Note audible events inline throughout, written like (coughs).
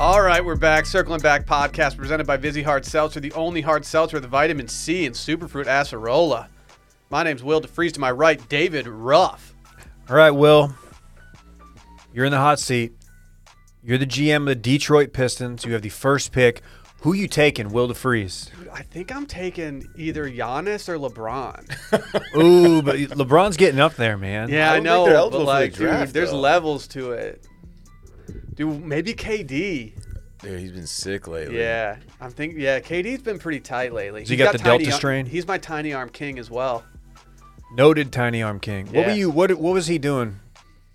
All right, we're back. Circling Back podcast presented by Vizzy Hard Seltzer, the only hard seltzer with vitamin C and superfruit acerola. My name's Will DeFreeze. To my right, David Ruff. All right, Will. You're in the hot seat. You're the GM of the Detroit Pistons. You have the first pick. Who you taking, Will DeFreeze? Dude, I think I'm taking either Giannis or (laughs) LeBron. Ooh, but (laughs) LeBron's getting up there, man. Yeah, I, I don't think know, they're but eligible for the like, draft, dude, there's though. levels to it. Dude, maybe KD. Dude, he's been sick lately. Yeah, I'm thinking. Yeah, KD's been pretty tight lately. he He's got the tiny Delta ar- strain? He's my tiny arm king as well. Noted tiny arm king. What Yeah. were you? What What was he doing?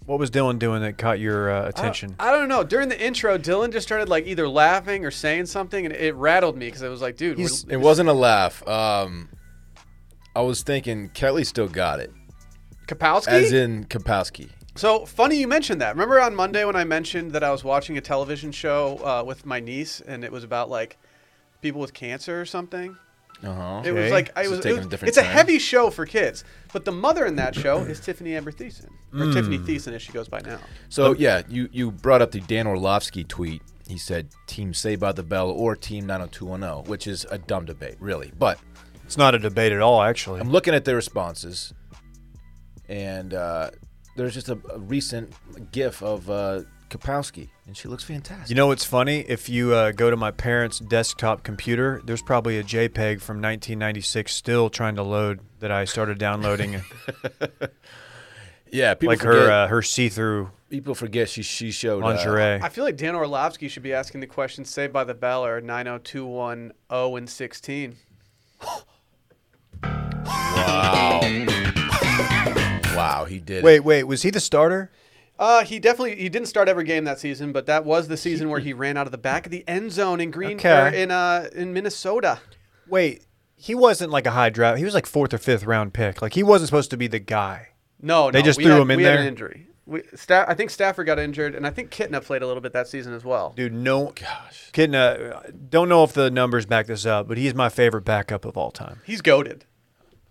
What was Dylan doing that caught your uh, attention? I don't know. During the intro, Dylan just started like either laughing or saying something, and it rattled me because I was like, dude, we're, He's- It wasn't a laugh. Um, I was thinking Kelly still got it, Kapowski. as in Kapowski. So funny you mentioned that. Remember on Monday when I mentioned that I was watching a television show uh, with my niece, and it was about like people with cancer or something. Uh huh. It was Okay. like I This is was. It taking was a different it's a turn. heavy show for kids, but the mother in that show is Tiffany Amber Thiessen, or Hmm. Tiffany Thiessen as she goes by now. So yeah, you you brought up the Dan Orlovsky tweet. He said Team Say by the Bell or Team 90210, which is a dumb debate, really. But it's not a debate at all, actually. I'm looking at the responses, and uh, there's just a, a recent GIF of uh, Kapowski, and she looks fantastic. You know what's funny? If you uh, go to my parents' desktop computer, there's probably a JPEG from 1996 still trying to load that I started downloading, yeah, people like forget, her uh, her see-through people forget she she showed uh, lingerie. I feel like Dan Orlovsky should be asking the question "Saved by the Bell" or 90210 and 16. wow, he did. it. wait, wait, was he the starter? Uh, he definitely he didn't start every game that season, but that was the season (laughs) where he ran out of the back of the end zone in Green Okay. or in uh in Minnesota. Wait, he wasn't like a high draft. He was like fourth or fifth round pick. Like he wasn't supposed to be the guy. No, They no, just we threw had- him in we Had an there? injury. We, Sta- I think Stafford got injured, and I think Kitna played a little bit that season as well. Dude, no. Gosh. Kidding. Uh, don't know if the numbers back this up, but he's my favorite backup of all time. He's goaded.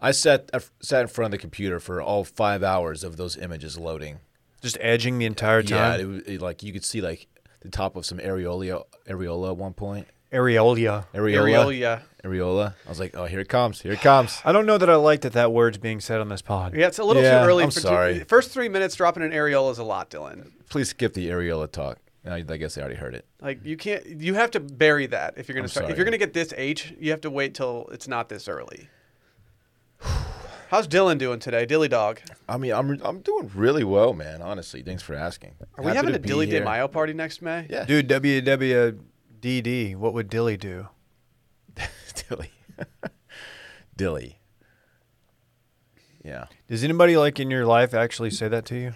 I sat I f- sat in front of the computer for all five hours of those images loading. Just edging the entire Yeah, time. it, was- it, like you could see like the top of some areola areola at one point. Areola. Areola, Areola. areola. I was like, oh, here it comes, here it comes. I don't know that I like that that word's being said on this pod. Yeah, it's a little Yeah, too early. I'm for two- sorry. first three minutes dropping an areola is a lot, Dylan. Please skip the areola talk. I, I guess I already heard it. Like you can't, you have to bury that if you're gonna I'm start. If sorry. you're gonna get this H, you have to wait till it's not this early. (sighs) How's Dylan doing today, Dilly Dog? I mean, I'm I'm doing really well, man. Honestly, thanks for asking. Are we having a Dilly Day Day Mayo party next May? Yeah. Dude, WWDD, what would Dilly do? (laughs) Dilly? (laughs) Dilly. Yeah. Does anybody like in your life actually say that to you?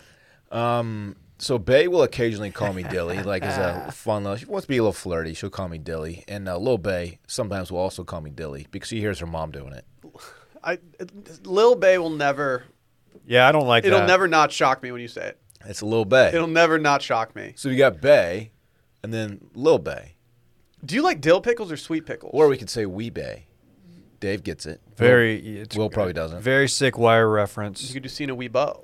Um, so Bay will occasionally call me Dilly, like as a fun little. She wants to be a little flirty. She'll call me Dilly, and uh, Lil Bay sometimes will also call me Dilly because she hears her mom doing it. I, Lil Bay will never. Yeah, I don't like It'll that. never not shock me when you say it. It's Lil Bay. It'll never not shock me. so you got Bay, and then Lil Bay, Do you like dill pickles or sweet pickles? or we could say Wee Bay. Dave gets it. Very. It's Will probably doesn't. Very sick wire you reference. could do Cena Weebo.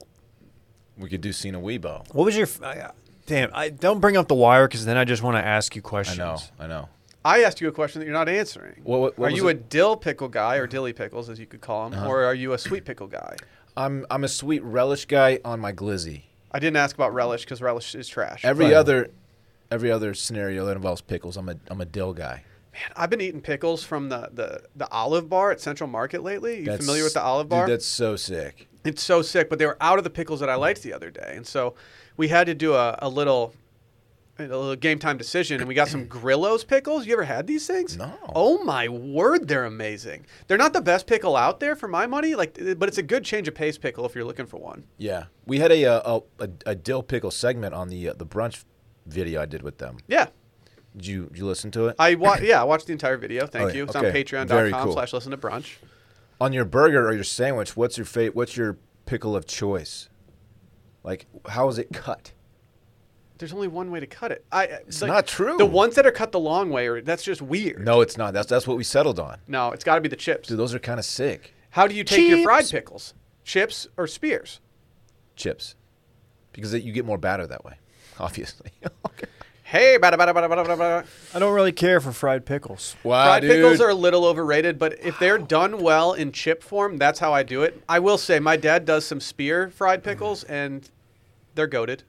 We could do Cena Weebo. What was your? f- I- Damn, I don't bring up the wire because then I just want to ask you I questions. know. I know. I asked you a question that you're not answering. What- what- what are was you it? Uh-huh. a dill pickle guy or dilly pickles, as you could call them, or are you a sweet pickle guy? I'm I'm a sweet relish guy on my glizzy. I didn't ask about relish because relish is trash. Every But- other, every other scenario that involves pickles, I'm a I'm a dill guy. man, I've been eating pickles from the, the, the Olive Bar at Central Market lately. You familiar with the Olive dude, Bar? that's so sick. It's so sick, but they were out of the pickles that I liked the other day, and so we had to do a, a little a little game time decision, and we got some Grillo's pickles. You ever had these things? No. Oh my word, they're amazing. They're not the best pickle out there for my money, like, but it's a good change of pace pickle if you're looking for one. Yeah, we had a uh, a, a, a dill pickle segment on the uh, the brunch video I did with them. Yeah. Did you did you listen to it? I (coughs) wa- yeah, I watched the entire video. Thank Oh, yeah. you. It's Okay. on Very patreon.com cool. slash listen to brunch. on your burger or your sandwich, what's your fa- What's your pickle of choice? Like, how is it cut? There's only one way to cut it. I uh, It's not true. The ones that are cut the long way are that's just weird. No, it's not. That's that's what we settled on. No, it's gotta be the chips. Dude, those are kind of sick How do you take your fried Chips. pickles? Chips or spears? (laughs) chips, because it, you get more batter that way, obviously. Hey, bada, bada, bada, bada, bada, bada. I don't really care for fried pickles. Wow, Fried dude. pickles are a little overrated, but if they're done well in chip form, that's how I do it. I will say my dad does some spear fried pickles, and they're goaded.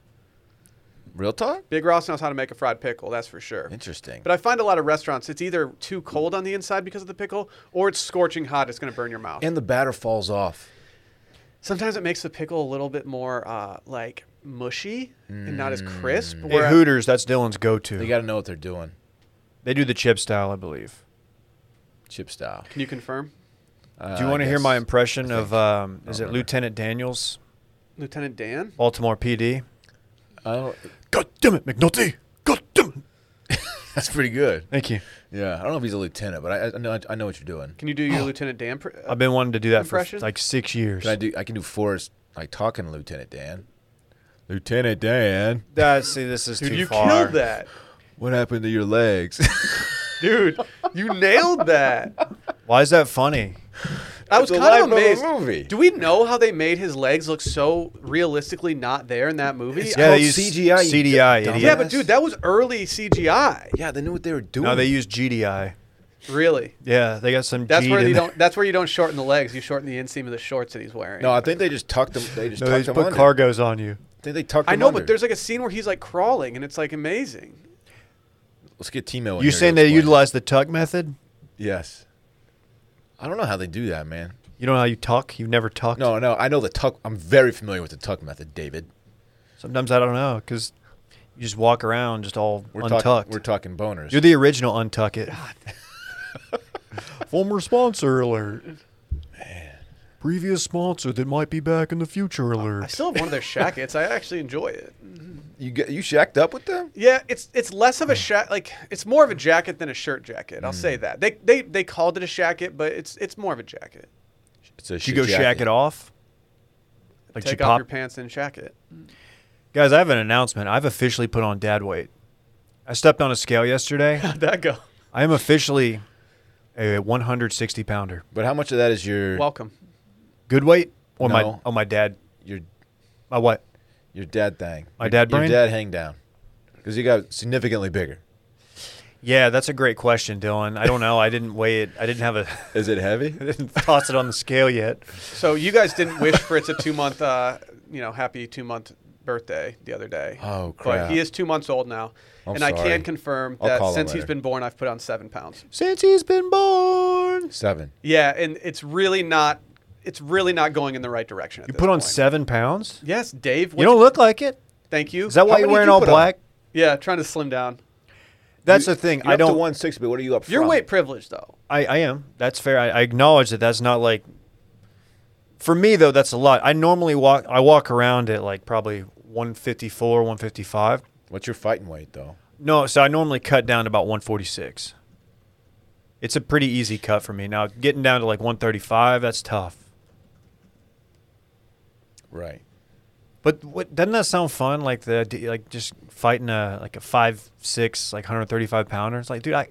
real talk. Big Ross knows how to make a fried pickle, that's for sure. Interesting. But I find a lot of restaurants, it's either too cold on the inside because of the pickle, or it's scorching hot. It's going to burn your mouth. and the batter falls off. Sometimes it makes the pickle a little bit more uh, like mushy and not as crisp. At where- Hooters, that's Dylan's go-to. They They, got to know what they're doing, do the chip style, I believe. chip style. can you confirm, do you Uh, want I to hear my guess- impression of um, is it remember. Lieutenant Daniels, Lieutenant Dan? Baltimore PD? I don't, (laughs) God damn it, McNulty! God damn it! that's pretty good. Thank you. Yeah, I don't know if he's a lieutenant, but I, I know I know what you're doing. Can you do your Lieutenant Dan? Pr- uh, I've been wanting to do that Impression? for like six years. Can I do? I can do Forrest like talking to Lieutenant Dan. Lieutenant Dan, That- see, this is dude, too you far. killed that, what happened to your legs? (laughs) dude. You nailed that. Why is that funny? I was It's the kind of life of the amazed. movie. Do we know how they made his legs look so realistically not there in that movie? It's I- Yeah, called they use CGI, you CDI, dumb- idiot. yeah, but dude, that was early CGI. yeah, they knew what they were doing. no, they use GDI. Really. Yeah, they got some. That's G'd where in you there. don't. That's where you don't shorten the legs. You shorten the inseam of the shorts that he's wearing. No, I think they just tucked them. They just No, they just tucked them put under. cargos on you. I think they tucked I them know, under. but there's like a scene where he's like crawling, and it's like amazing. Let's get Timo. in You here saying to they explain. utilize the tuck method? Yes. I don't know how they do that, man. You don't know how you tuck? You've never tucked? No, no, I know the tuck. I'm very familiar with the tuck method, David. Sometimes I don't know because you just walk around just all We're talking. untucked. We're talking boners. You're the original untuck it. (laughs) Former sponsor alert. Previous sponsor that might be back in the future I alert. still have one of (laughs) their shackets. I actually enjoy it. you get you shacked up with them. Yeah, it's it's less of a shack. Like it's more of a jacket than a shirt jacket. I'll Mm. say that. They they they called it a shacket, but it's it's more of a jacket. It's a Did you go shack it off? Like Take you off pop, your pants and shacket. guys. I have an announcement. I've officially put on dad weight. I stepped on a scale (laughs) yesterday. How'd that go? I am officially a 160 pounder. But how much of that is your Welcome. Good weight or my No. oh my dad your my what? your dad thing? My Your- dad brain? Your dad hang down because he got significantly bigger. Yeah, that's a great question, Dylan. I don't know. I didn't weigh it. I didn't have a (laughs) Is it heavy? I (laughs) didn't toss it on the scale yet. So you guys didn't wish for it's a two month, uh, you know, happy two month birthday the other day. Oh, But crap. he is two months old now, I'm and I sorry. can confirm I'll that call him since he's later. been born, I've put on seven pounds. Since he's been born, Seven. Yeah, and it's really not. It's really not going in the right direction. at you this put on point. seven pounds. Yes, Dave. You don't look like it. Thank you. Is that why many you're did wearing you all put on? black? Yeah, trying to slim down. That's You- the thing. You're I up don't. to one sixty, but what are you up? Your from? weight privilege, though. I, I am. That's fair. I, I acknowledge that. That's not like. For me though, that's a lot. I normally walk. I walk around at like probably 154, 155. What's your fighting weight though? No, so I normally cut down to about 146. It's a pretty easy cut for me. Now getting down to like 135, that's tough. Right. But what, doesn't that sound fun? Like the d- like just fighting a like a five six like 135 pounder. It's like, dude, I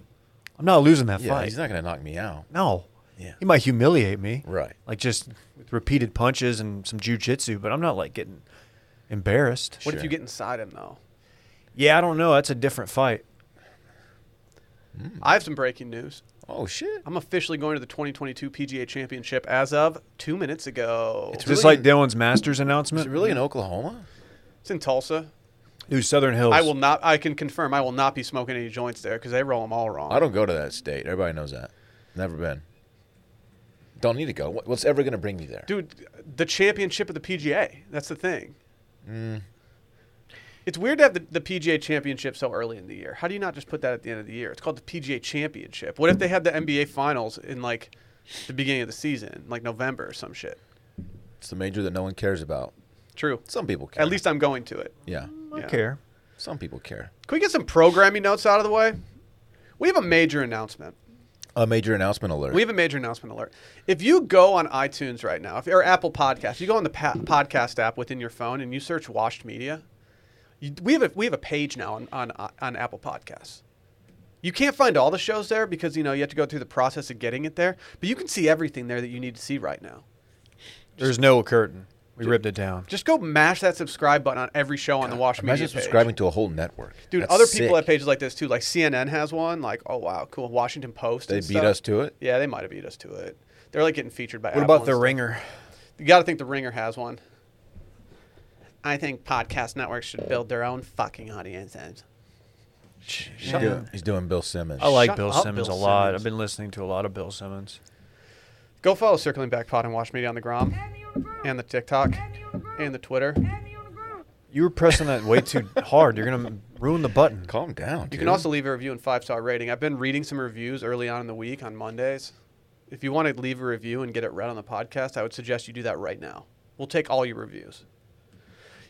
I'm not losing that Yeah, fight. he's not gonna knock me out. no, Yeah. he might humiliate me. Right. Like just with repeated punches and some jujitsu, but I'm not like getting embarrassed. What if Sure. you get inside him, though? Yeah, I don't know. That's a different fight. I have some breaking news. Oh shit. I'm officially going to the 2022 PGA Championship as of two minutes ago. It's, It's Is this really- like Dylan's Masters Is announcement? it really in Oklahoma? in Tulsa. Ooh, Southern Hills. I will not. I can confirm. I will not be smoking any joints there because they roll them all wrong. I don't go to that state. Everybody knows that. Never been. Don't need to go. What- What's ever gonna bring you there? dude. The championship of the PGA. That's the thing. It's weird to have the, the PGA championship so early in the year. How do you not just put that at the end of the year? It's called the PGA championship. What if they had the NBA finals in like the beginning of the season, like November or some shit? It's the major that no one cares about. True. Some people care. At least I'm going to it. Yeah. I Yeah. care. Some people care. Can we get some programming notes out of the way? We have a major announcement. A major announcement alert. We have a major announcement alert. If you go on iTunes right now, if, or Apple Podcasts, you go on the pa- podcast app within your phone and you search Washed Media, you, we have a, we have a page now on, on on Apple Podcasts. You can't find all the shows there because you know you have to go through the process of getting it there, but you can see everything there that you need to see right now. There's no curtain. We ripped it down. Just go mash that subscribe button on every show on the Wash Imagine Media page. subscribing to a whole network. Dude, That's other people sick. have pages like this too. Like CNN has one. Like, oh wow, cool. Washington Post. They and beat stuff. us to it. Yeah, they might have beat us to it. They're like getting featured by. What Apple about and the stuff. ringer? You got to think the Ringer has one. I think podcast networks should build their own fucking audiences. He's, doing, he's doing Bill Simmons. I like Shut Bill up, Simmons Bill a lot. Simmons. I've been listening to a lot of Bill Simmons. Go follow Circling Back Pod and Watch Media on the Grom, and the TikTok, and the Twitter. You were pressing that way too (laughs) hard. You're gonna ruin the button. Calm down. You can also leave a review and five star rating. I've been reading some reviews early on in the week on Mondays. If you want to leave a review and get it read on the podcast, I would suggest you do that right now. We'll take all your reviews.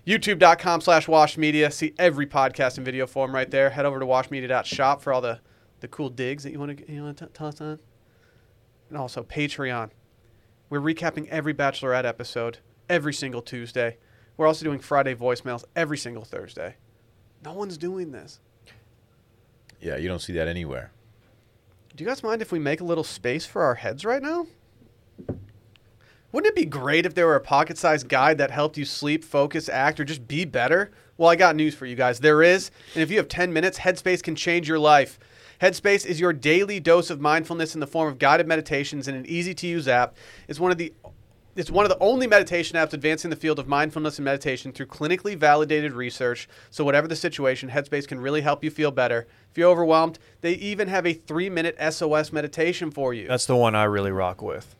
YouTube.com slash Wash Media. See every podcast in video form right there. Head over to washmedia.shop for all the, the cool digs that you want to you want to toss on. And also Patreon. We're recapping every Bachelorette episode every single Tuesday. We're also doing Friday voicemails every single Thursday. No one's doing this. Yeah, you don't see that anywhere. Do you guys mind if we make a little space for our heads right now? Wouldn't it be great if there were a pocket sized guide that helped you sleep, focus, act, or just be better? Well, I got news for you guys. There is. And if you have 10 minutes, Headspace can change your life. Headspace is your daily dose of mindfulness in the form of guided meditations and an easy to use app. It's one of the it's one of the only meditation apps advancing the field of mindfulness and meditation through clinically validated research. So, whatever the situation, Headspace can really help you feel better. If you're overwhelmed, they even have a three minute SOS meditation for you. That's the one I really rock with.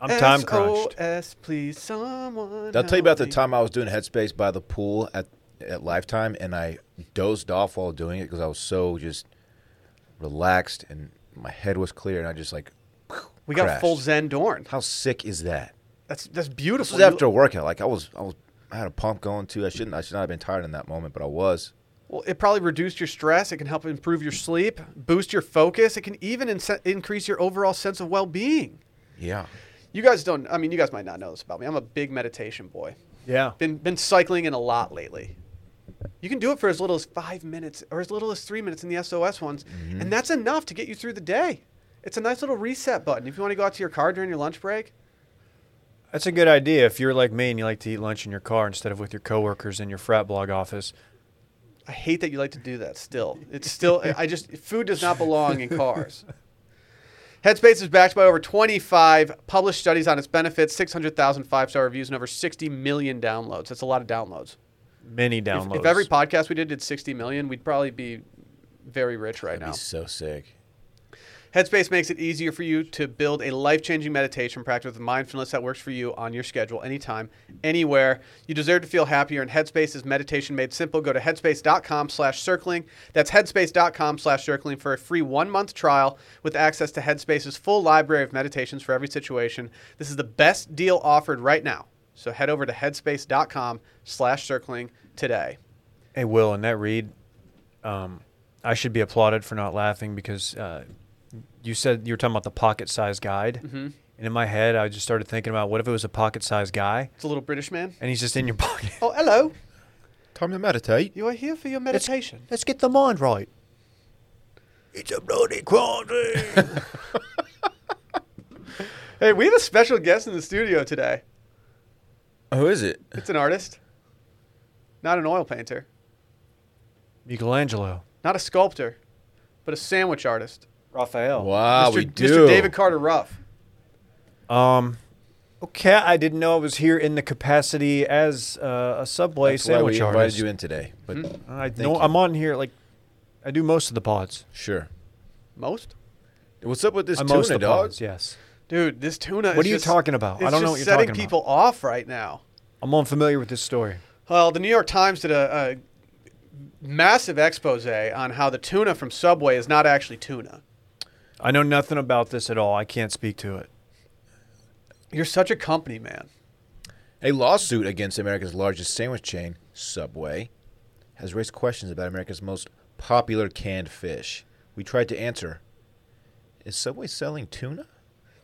I'm time crunched. SOS, please, someone. I'll tell you about the help me. time I was doing Headspace by the pool at at Lifetime, and I dozed off while doing it because I was so just relaxed and my head was clear, and I just like We got crashed. full Zen Dorn. How sick is that? That's that's This beautiful. was You- after a workout. Like I was, I was, I had a pump going too. I shouldn't, I should not have been tired in that moment, but I was. Well, it probably reduced your stress. It can help improve your sleep, boost your focus. It can even inse- increase your overall sense of well being. Yeah. You guys don't. I mean, you guys might not know this about me. I'm a big meditation boy. yeah. Been been cycling in a lot lately. You can do it for as little as five minutes or as little as three minutes in the SOS ones, Mm-hmm. and that's enough to get you through the day. It's a nice little reset button. If you want to go out to your car during your lunch break, That's a good idea. If you're like me and you like to eat lunch in your car instead of with your coworkers in your frat blog office, I hate that you like to do that still. It's still, I just, food does not belong in cars. Headspace is backed by over 25 published studies on its benefits, 600,000 five star reviews, and over 60 million downloads. That's a lot of downloads. many If- downloads. If, every podcast we did did 60 million, we'd probably be very rich right That'd now. be so sick. Headspace makes it easier for you to build a life changing meditation practice with mindfulness that works for you on your schedule, anytime, anywhere. You deserve to feel happier, and Headspace is meditation made simple. Go to headspace.com slash circling. That's headspace.com slash circling for a free one month trial with access to Headspace's full library of meditations for every situation. This is the best deal offered right now. So head over to headspace.com slash circling today. hey, Will, in that read, um, I should be applauded for not laughing because uh, you said you were talking about the pocket sized guide. And in my head, I just started thinking about what if it was a pocket sized guy It's a little British man. and he's just in your (laughs) pocket? Oh, hello. Time to meditate. You are here for your meditation. Let's get the mind right. It's a bloody (laughs) quandary. Hey, we have a special guest in the studio today. Who Oh, is it? It's an artist, not an oil painter, Michelangelo. not a sculptor, but a sandwich artist. Raphael. Wow, Mr. we Mr. do. Oh, David Carter Ruff. Um, okay, I didn't know I was here in the capacity as uh, a Subway That's why we sandwich invited artist. you in today. But Hmm? I you. know I'm on here like I do most of the pods. sure. Most? What's up with this I'm tuna, most of the dog? pods. Yes, Dude, this tuna What is are you just- talking about? I it's don't know just what you're setting talking about. people off right now. I'm unfamiliar with this story. Well, the New York Times did a, a massive expose on how the tuna from Subway is not actually tuna. I know nothing about this at all. I can't speak to it. You're such a company man. A lawsuit against America's largest sandwich chain, Subway, has raised questions about America's most popular canned fish. We tried to answer Is Subway selling tuna?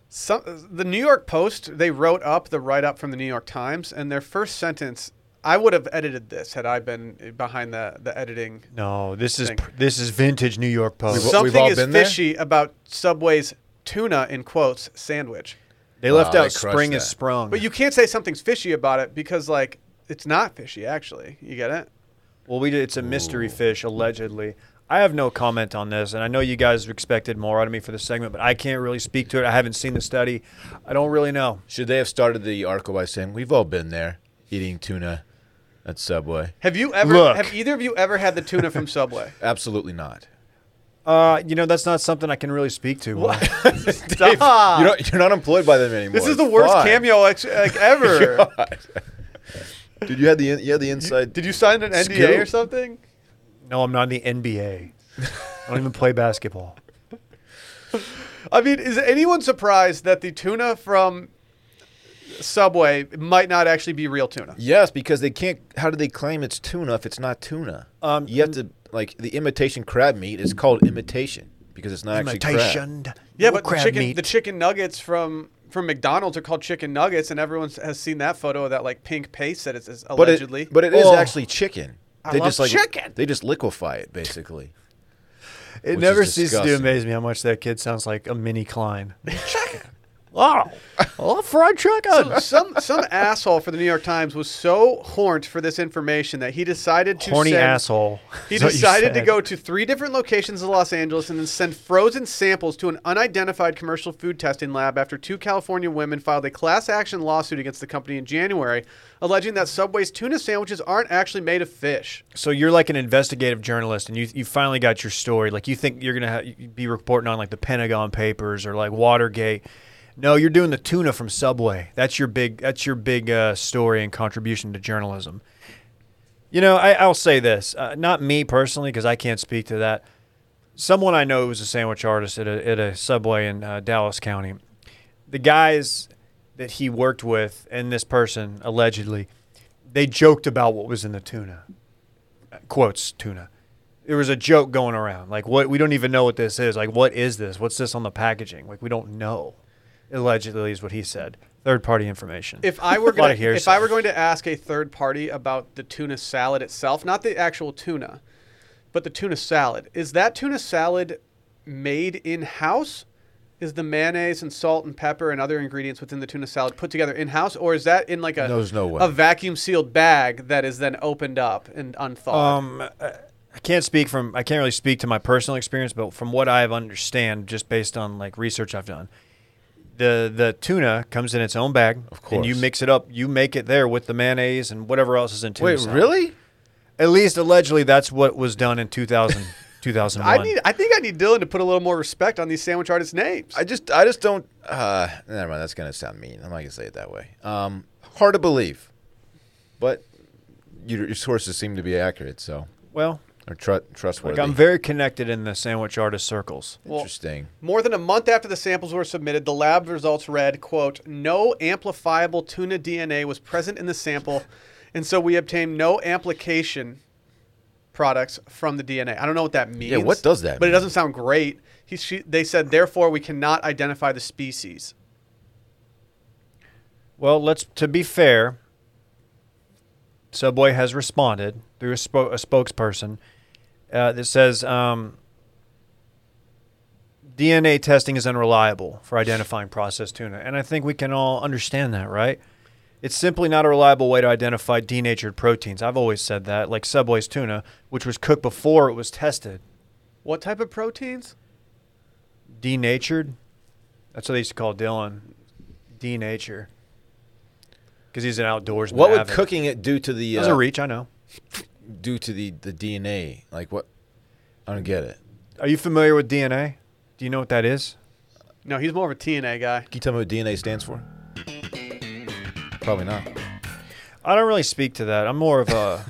Some, the New York Post, they wrote up the write up from the New York Times, and their first sentence, I would have edited this had I been behind the, the editing No, this is Thank- pr- this is vintage New York We've- post. we've Something all is been there? fishy about Subway's tuna in quotes sandwich. They left Wow, they out crushed spring is that. sprung. But you can't say something's fishy about it because like it's not fishy actually. You get it? well, we did, it's a mystery fish allegedly. I have no comment on this, and I know you guys expected more out of me for this segment, but I can't really speak to it. I haven't seen the study. I don't really know. Should they have started the article by saying, "We've all been there, eating tuna at Subway"? Have you ever? Look. Have either of you ever had the tuna from (laughs) Subway? Absolutely not. Uh, you know, that's not something I can really speak to. (laughs) Will. Stop. You're not, you're not employed by them (laughs) anymore. this is the worst Fine. cameo ex- like (laughs) ever. Dude, you had the in- you had the inside. Did you sign an NDA Scoop. or something? No, I'm not in the NBA. I don't even (laughs) play basketball. I mean, is anyone surprised that the tuna from Subway might not actually be real tuna? Yes, because they can't. How do they claim it's tuna if it's not tuna? Um, you have to like the imitation crab meat is called imitation because it's not actually crab. Imitation. Yeah, no but the crab chicken meat. the chicken nuggets from from McDonald's are called chicken nuggets, and everyone has seen that photo of that like pink paste that it is But allegedly. it, but it is Oh. actually chicken. I they love just like chicken. they just liquefy it basically. It is never ceases to disgusting. amaze me how much that kid sounds like a (laughs) mini Klein. oh, oh, fried (laughs) chicken. some some asshole for the New York Times was so horned for this information that he decided to Horny send- asshole. He is what you decided to said. go to three different locations in Los Angeles and then send frozen samples to an unidentified commercial food testing lab after two California women filed a class action lawsuit against the company in January, alleging that Subway's tuna sandwiches aren't actually made of fish. So you're like an investigative journalist, and you you finally got your story. Like you think you're gonna ha- you- be reporting on like the Pentagon Papers or like Watergate. No, you're doing the tuna from Subway. That's your big. That's your big uh, story and contribution to journalism. You know, I, I'll say this. Uh, not me personally, because I can't speak to that. Someone I know was a sandwich artist at a, at a Subway in uh, Dallas County. The guys that he worked with and this person allegedly, they joked about what was in the tuna Uh, quotes tuna. There was a joke going around like what we don't even know what this is. Like what is this? What's this on the packaging? Like we don't know. Allegedly is what he said. Third party information. If I were (laughs) A lot going of to, if hearsay. I were going to ask a third party about the tuna salad itself, not the actual tuna, but the tuna salad, is that tuna salad made in house? Is the mayonnaise and salt and pepper and other ingredients within the tuna salad put together in house, or is that in like a There's no way. a vacuum sealed bag that is then opened up and unthawed? um I I can't speak from I can't really speak to my personal experience, but from what I've understand just based on like research I've done, the the tuna comes in its own bag. Of And you course. mix it up, you make it there with the mayonnaise and whatever else is in tuna. Wait, salad. really? At least allegedly that's what was done in 2000 2001. I need. I think I need Dylan to put a little more respect on these sandwich artists' names. I just I just don't. Uh, never mind. That's gonna sound mean. I'm not gonna say it that way. Um, hard to believe, but your, your sources seem to be accurate. So well, or tru- trustworthy. Like I'm very connected in the sandwich artist circles. Well, Interesting. More than a month after the samples were submitted, the lab results read, quote, no amplifiable tuna DNA was present in the sample, and so we obtained no application products from the DNA. I don't know what that means. what does that But it mean? doesn't sound great. He, she, they said, therefore, we cannot identify the species. Well, let's to be fair, Subway has responded through a, spo- a spokesperson uh, that says um, DNA testing is unreliable for identifying processed tuna, and I think we can all understand that, right? It's simply not a reliable way to identify denatured proteins. I've always said that, like Subway's tuna, which was cooked before it was tested. What type of proteins? denatured. That's what they used to call Dylan, denature, because he's an outdoorsman. What would avid. cooking it do to the That was a uh, reach, I know. do to the the DNA? Like what? I don't get it. Are you familiar with DNA? Do you know what that is? No, he's more of a TNA guy. Can you tell me what DNA stands for? Probably not. I don't really speak to that. I'm more of a,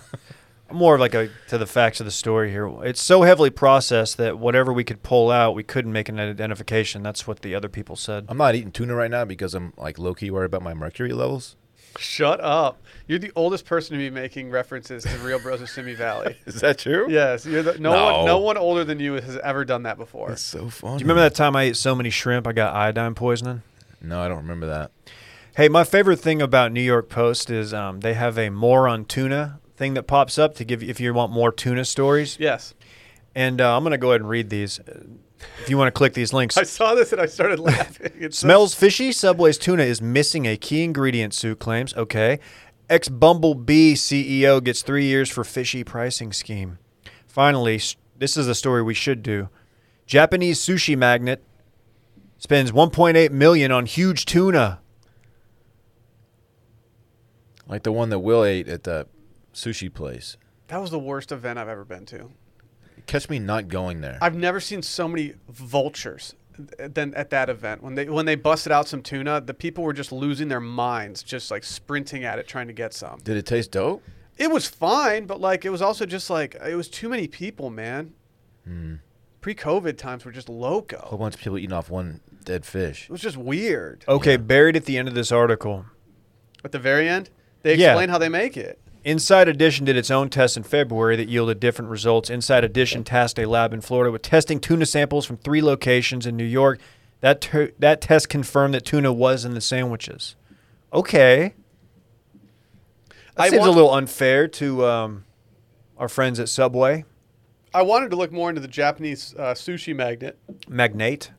I'm more of like a to the facts of the story here. It's so heavily processed that whatever we could pull out, we couldn't make an identification. That's what the other people said. I'm not eating tuna right now because I'm like low key worried about my mercury levels. Shut up. You're the oldest person to be making references to Real Bros of Simi (laughs) Valley. Is that true? Yes, you're the, no, No. One, no one older than you has ever done that before. That's so funny. Do you remember that time I ate so many shrimp I got iodine poisoning? No, I don't remember that. Hey, my favorite thing about New York Post is um, they have a more on tuna thing that pops up to give you if you want more tuna stories. Yes. And uh, I'm going to go ahead and read these. If you want to click these links, I saw this and I started laughing. It says- Smells fishy. Subway's tuna is missing a key ingredient, Sue claims. Okay. Ex Bumblebee CEO gets three years for fishy pricing scheme. Finally, s- this is a story we should do. Japanese sushi magnet spends 1.8 million on huge tuna. Like the one that Will ate at the sushi place. that was the worst event I've ever been to. Catch me not going there. I've never seen so many vultures than at that event. When they when they busted out some tuna, the people were just losing their minds, just like sprinting at it trying to get some. Did it taste dope? It was fine, but like it was also just like it was too many people, man. Pre-COVID times were just A whole loco. bunch of people eating off one dead fish. It was just weird. Okay, buried at the end of this article. At the very end, they Yeah. explain how they make it. Inside Edition did its own test in February that yielded different results. Inside Edition tasked a lab in Florida with testing tuna samples from three locations in New York. That tu- that test confirmed that tuna was in the sandwiches. Okay, that I seems want- a little unfair to um, our friends at Subway I wanted to look more into the Japanese uh, sushi magnet Magnate.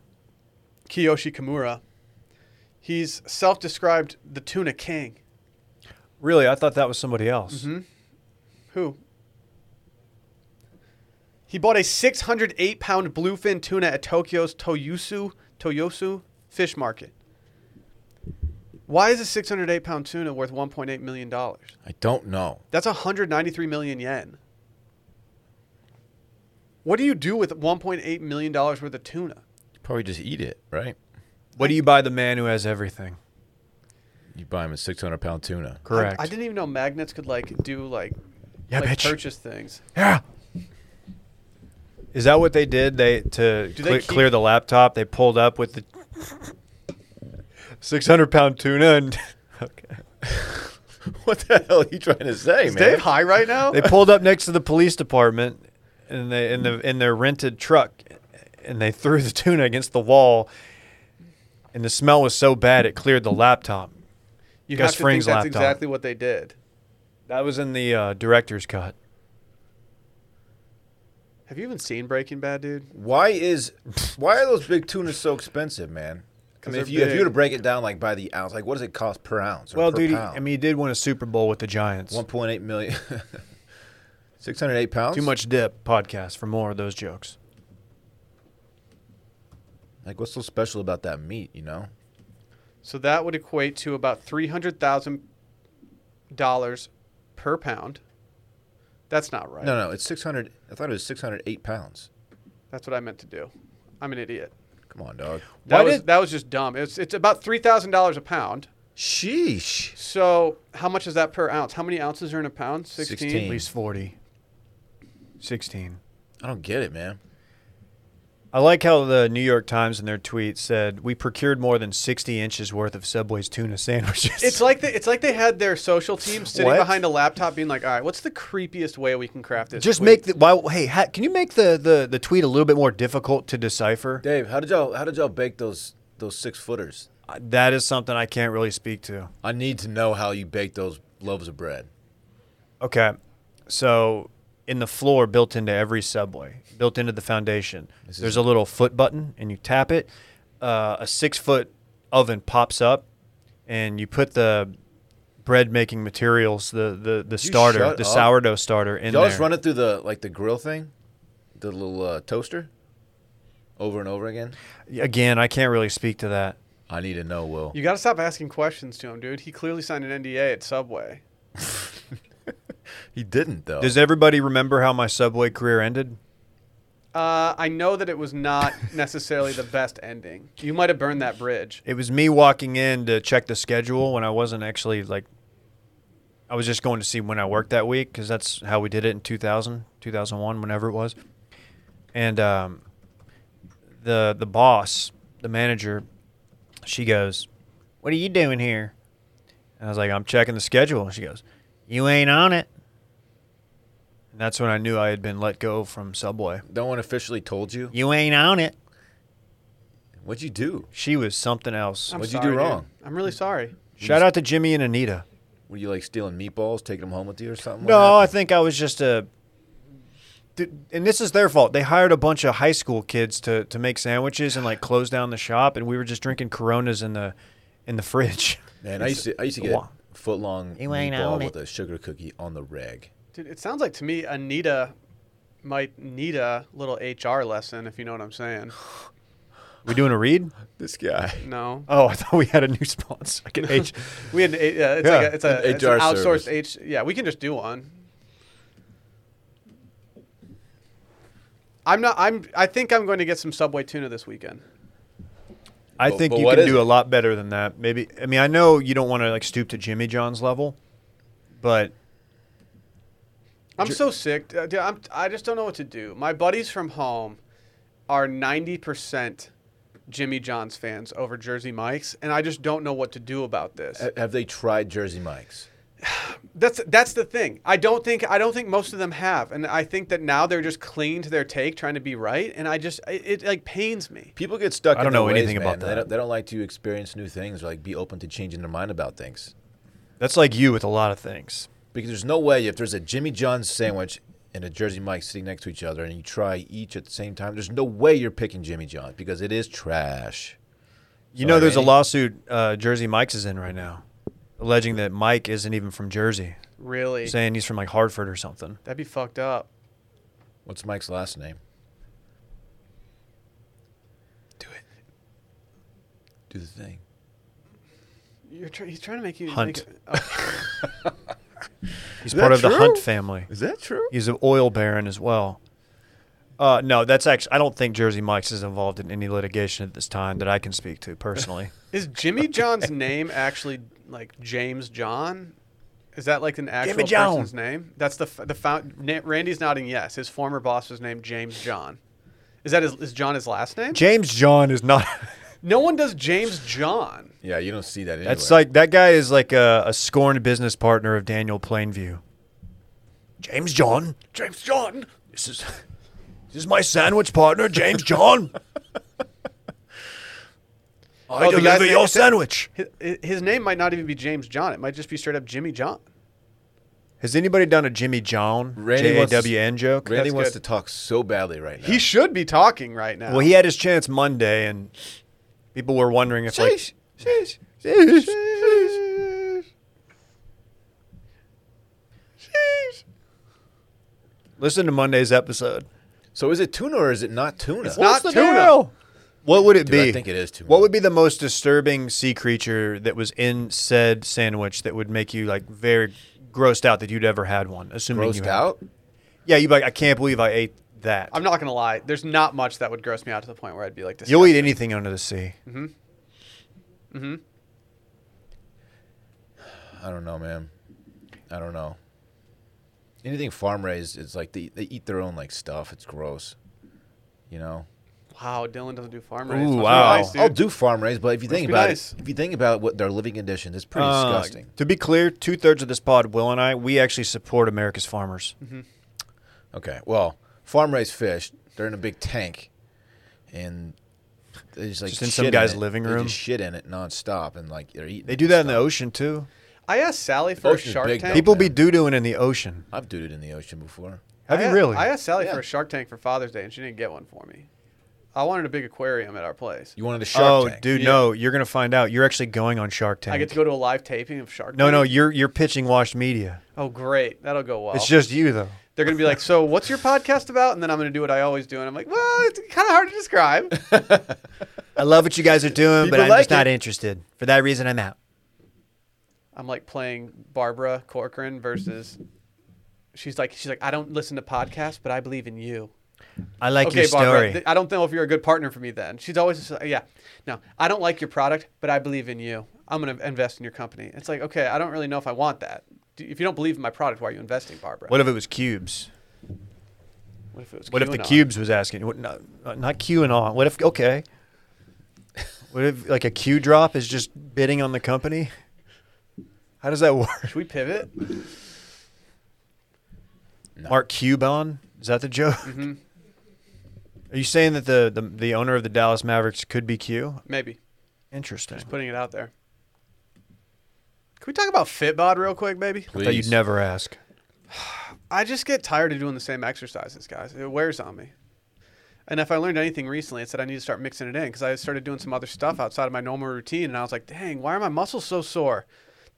Kiyoshi Kimura. He's self-described the tuna king. Really, I thought that was somebody else. Mm-hmm. Who? He bought a 608 pound bluefin tuna at Tokyo's Toyosu, Toyosu fish market. Why is a 608 pound tuna worth $1.8 million? I don't know. That's 193 million yen. What do you do with $1.8 million worth of tuna? Probably just eat it, right? What do you buy the man who has everything? You buy him a 600 pound tuna. I- Correct. I, didn't even know magnets could like do like, Yeah, like bitch. purchase things. Yeah. Is that what they did? They to Do cle- they keep- clear the laptop. They pulled up with the six hundred pound tuna and (laughs) okay. what the hell are you trying to say, Is man? Dave high right now? They pulled up next to the police department and they in the in their rented truck and they threw the tuna against the wall. And the smell was so bad it cleared the laptop. you Gus have to Fring's think that's laptop. exactly what they did. That was in the uh, director's cut. Have you even seen Breaking Bad, dude? Why is why are those big tunas so expensive, man? 'Cause I mean, if they're you if big. you were to break it down like by the ounce, like what does it cost per ounce? Or Well, per dude, he- pound? I mean, he did win a Super Bowl with the Giants. 1.8 million, (laughs) 608 pounds. Too much dip podcast for more of those jokes. Like, what's so special about that meat? You know, So that would equate to about three hundred thousand dollars per pound. That's not right. no, no, it's 600. I thought it was 608 pounds. That's what I meant to do. I'm an idiot. Come on, dog. That Why was did- that was just dumb. It's it's about three thousand dollars a pound. Sheesh. So how much is that per ounce? How many ounces are in a pound? 16? At Sixteen. least 40. 16. I don't get it, man. I like how the New York Times in their tweet said, We procured more than 60 inches worth of Subway's tuna sandwiches. (laughs) It's like the, it's like they had their social team sitting What? behind a laptop, being like, "All right, what's the creepiest way we can craft this?" Just tweet?" make the. Why, hey, ha, can you make the, the, the tweet a little bit more difficult to decipher? Dave, how did y'all how did y'all bake those those six footers? Uh, That is something I can't really speak to. I need to know how you baked those loaves of bread. Okay. So, in the floor built into every Subway, built into the foundation, This is- there's a little foot button and you tap it. Uh, a six foot oven pops up and you put the bread making materials, the, the, the starter, shut the up? sourdough starter in Did y'all there. just run it through the like the grill thing, the little uh, toaster, over and over again. Again, I can't really speak to that. I need to know, Will. You got to stop asking questions to him, dude. He clearly signed an NDA at Subway. He didn't though. Does everybody remember how my Subway career ended? Uh, I know that it was (laughs) not necessarily the best ending. You might have burned that bridge. It was me walking in to check the schedule when I wasn't actually like, I was just going to see when I worked that week because that's how we did it in 2000, 2001, whenever it was. And um, the the boss, the manager, she goes, "What are you doing here?" And I was like, "I'm checking the schedule." And she goes, "You ain't on it." And that's when I knew I had been let go from Subway. no one officially told you? You ain't on it. What'd you do? She was something else. I'm What'd you do sorry, dude. wrong? I'm really sorry. Shout out to Jimmy and Anita. Were you like stealing meatballs, taking them home with you, or something? What No, I happened? think I was just a th- and this is their fault. They hired a bunch of high school kids to, to make sandwiches and like close down the shop, and we were just drinking Coronas in the in the fridge. Man, I used to I used to get Wha- foot long You ain't own meatball with it. a sugar cookie on the reg. Dude, it sounds like to me Anita might need a little HR lesson, if you know what I'm (sighs) saying. We doing a read? This guy. No, Oh, I thought we had a new sponsor. Like an H. we had. Uh, it's Yeah, like a, it's, a, an it's an HR outsourced service. H. Yeah, we can just do one. I'm not. I'm. I think I'm going to get some Subway tuna this weekend. I But- think but you what can is do it? a lot better than that. Maybe I mean I know you don't want to like stoop to Jimmy John's level, but I'm Ju- so sick. Uh, dude, I'm, I just don't know what to do. My buddies from home are 90% Jimmy John's fans over Jersey Mike's, and I just don't know what to do about this. Ha- Have they tried Jersey Mike's? That's that's the thing. I don't think I don't think most of them have, and I think that now they're just clinging to their take, trying to be right, and I just it, it like pains me. People get stuck. I don't in their know ways, anything man. about They that. don't, they don't like to experience new things or like be open to changing their mind about things. that's like you with a lot of things. Because there's no way if there's a Jimmy John's sandwich and a Jersey Mike's sitting next to each other and you try each at the same time, there's no way you're picking Jimmy John's because it is trash. You know, there's a Sorry. lawsuit uh, Jersey Mike's is in right now, alleging that Mike isn't even from Jersey, Really, saying he's from like Hartford or something. that'd be fucked up. What's Mike's last name? Do it. Do the thing. You're try, he's trying to make you Hunt. Make it- oh, He's that part of the true? Hunt family. Is that true? He's an oil baron as well. Uh, no, that's actually I don't think Jersey Mike's is involved in any litigation at this time that I can speak to (laughs) personally. is Jimmy John's name actually like James John? Is that like an actual John. person's name? That's the f- the found. Na- Randy's nodding yes. His former boss was named James John. Is that his, is John his last name? James John is (laughs) not. no one does James John. Yeah, you don't see that anywhere. That's like that guy is like a, a scorned business partner of Daniel Plainview. James John, James John. this is (laughs) this is my sandwich partner, James (laughs) John. I Oh, the guy's deliver name- your sandwich. His, his name might not even be James John. It might just be straight up Jimmy John. Has anybody done a Jimmy John Randy J A wants to- W N joke? Randy That's wants good. to talk so badly right now. He should be talking right now. Well, he had his chance Monday, and people were wondering if like. Listen to Monday's episode. so is it tuna or is it not tuna? It's not What's the tuna. deal? What would it Dude, I be? think it is tuna. What would be the most disturbing sea creature that was in said sandwich that would make you like very grossed out that you'd ever had one? Assuming you Grossed had. out? Yeah, you'd be like, I can't believe I ate that. I'm not gonna lie. There's not much that would gross me out to the point where I'd be Mm-hmm. like, "This." You'll eat anything under the sea. I don't know, man. I don't know. Anything farm raised, it's like they, they eat their own like stuff. It's gross. You know. Wow, Dylan doesn't do farm raised. Ooh, Must be wow. Oh, nice, dude. I'll do farm raised, but if you Must think be about nice. it, if you think about what their living conditions, it's pretty Uh, disgusting. To be clear, two thirds of this pod, Will and I, we actually support America's farmers. Mm-hmm. Okay, well, farm raised fish, they're in a big tank, and they just like Just in shit some guy's it. living They room? just shit in it nonstop, and like they're eating. They it do and that in the stuff. ocean too. I asked Sally for a Ocean's Shark big, Tank. though. People Yeah. be doo dooing in the ocean. I've did it in the ocean before. Have I you a- really? I asked Sally Yeah. for a Shark Tank for Father's Day, and she didn't get one for me. I wanted a big aquarium at our place. You wanted a shark oh, tank. dude, Yeah. no! You're gonna find out. You're actually going on Shark Tank. I get to go to a live taping of Shark. no, Tank. no, you're you're pitching washed media. Oh, great. That'll go well. It's just you though. They're gonna be like, "So, what's your podcast about?" And then I'm gonna do what I always do, and I'm like, "Well, it's kind of hard to (laughs) describe." I love what you guys are doing, People like it. interested. For that reason, I'm out. I'm like playing Barbara Corcoran versus. She's like, she's like, I don't listen to podcasts, but I believe in you. I like okay, Barbara, th- I don't know if you're a good partner for me. Then she's always, just like, yeah, no, I don't like your product, but I believe in you. I'm gonna invest in your company. It's like, okay, I don't really know if I want that. Do- If you don't believe in my product, why are you investing, Barbara? what if it was cubes? What if, it was What if the QAnon? cubes was asking? What, not, not Q and on. What if okay? What if like a Q drop is just bidding on the company? How does that work? Should we pivot? Mark Cuban? Is that the joke? Mm-hmm. Are you saying that the, the the owner of the Dallas Mavericks could be Q? Maybe Interesting. just putting it out there. Can we talk about Fitbod real quick, baby? That you'd Please. never ask. I just get tired of doing the same exercises, guys. It wears on me. And if I learned anything recently, it's that I need to start mixing it in because I started doing some other stuff outside of my normal routine. And I was like, dang, why are my muscles so sore?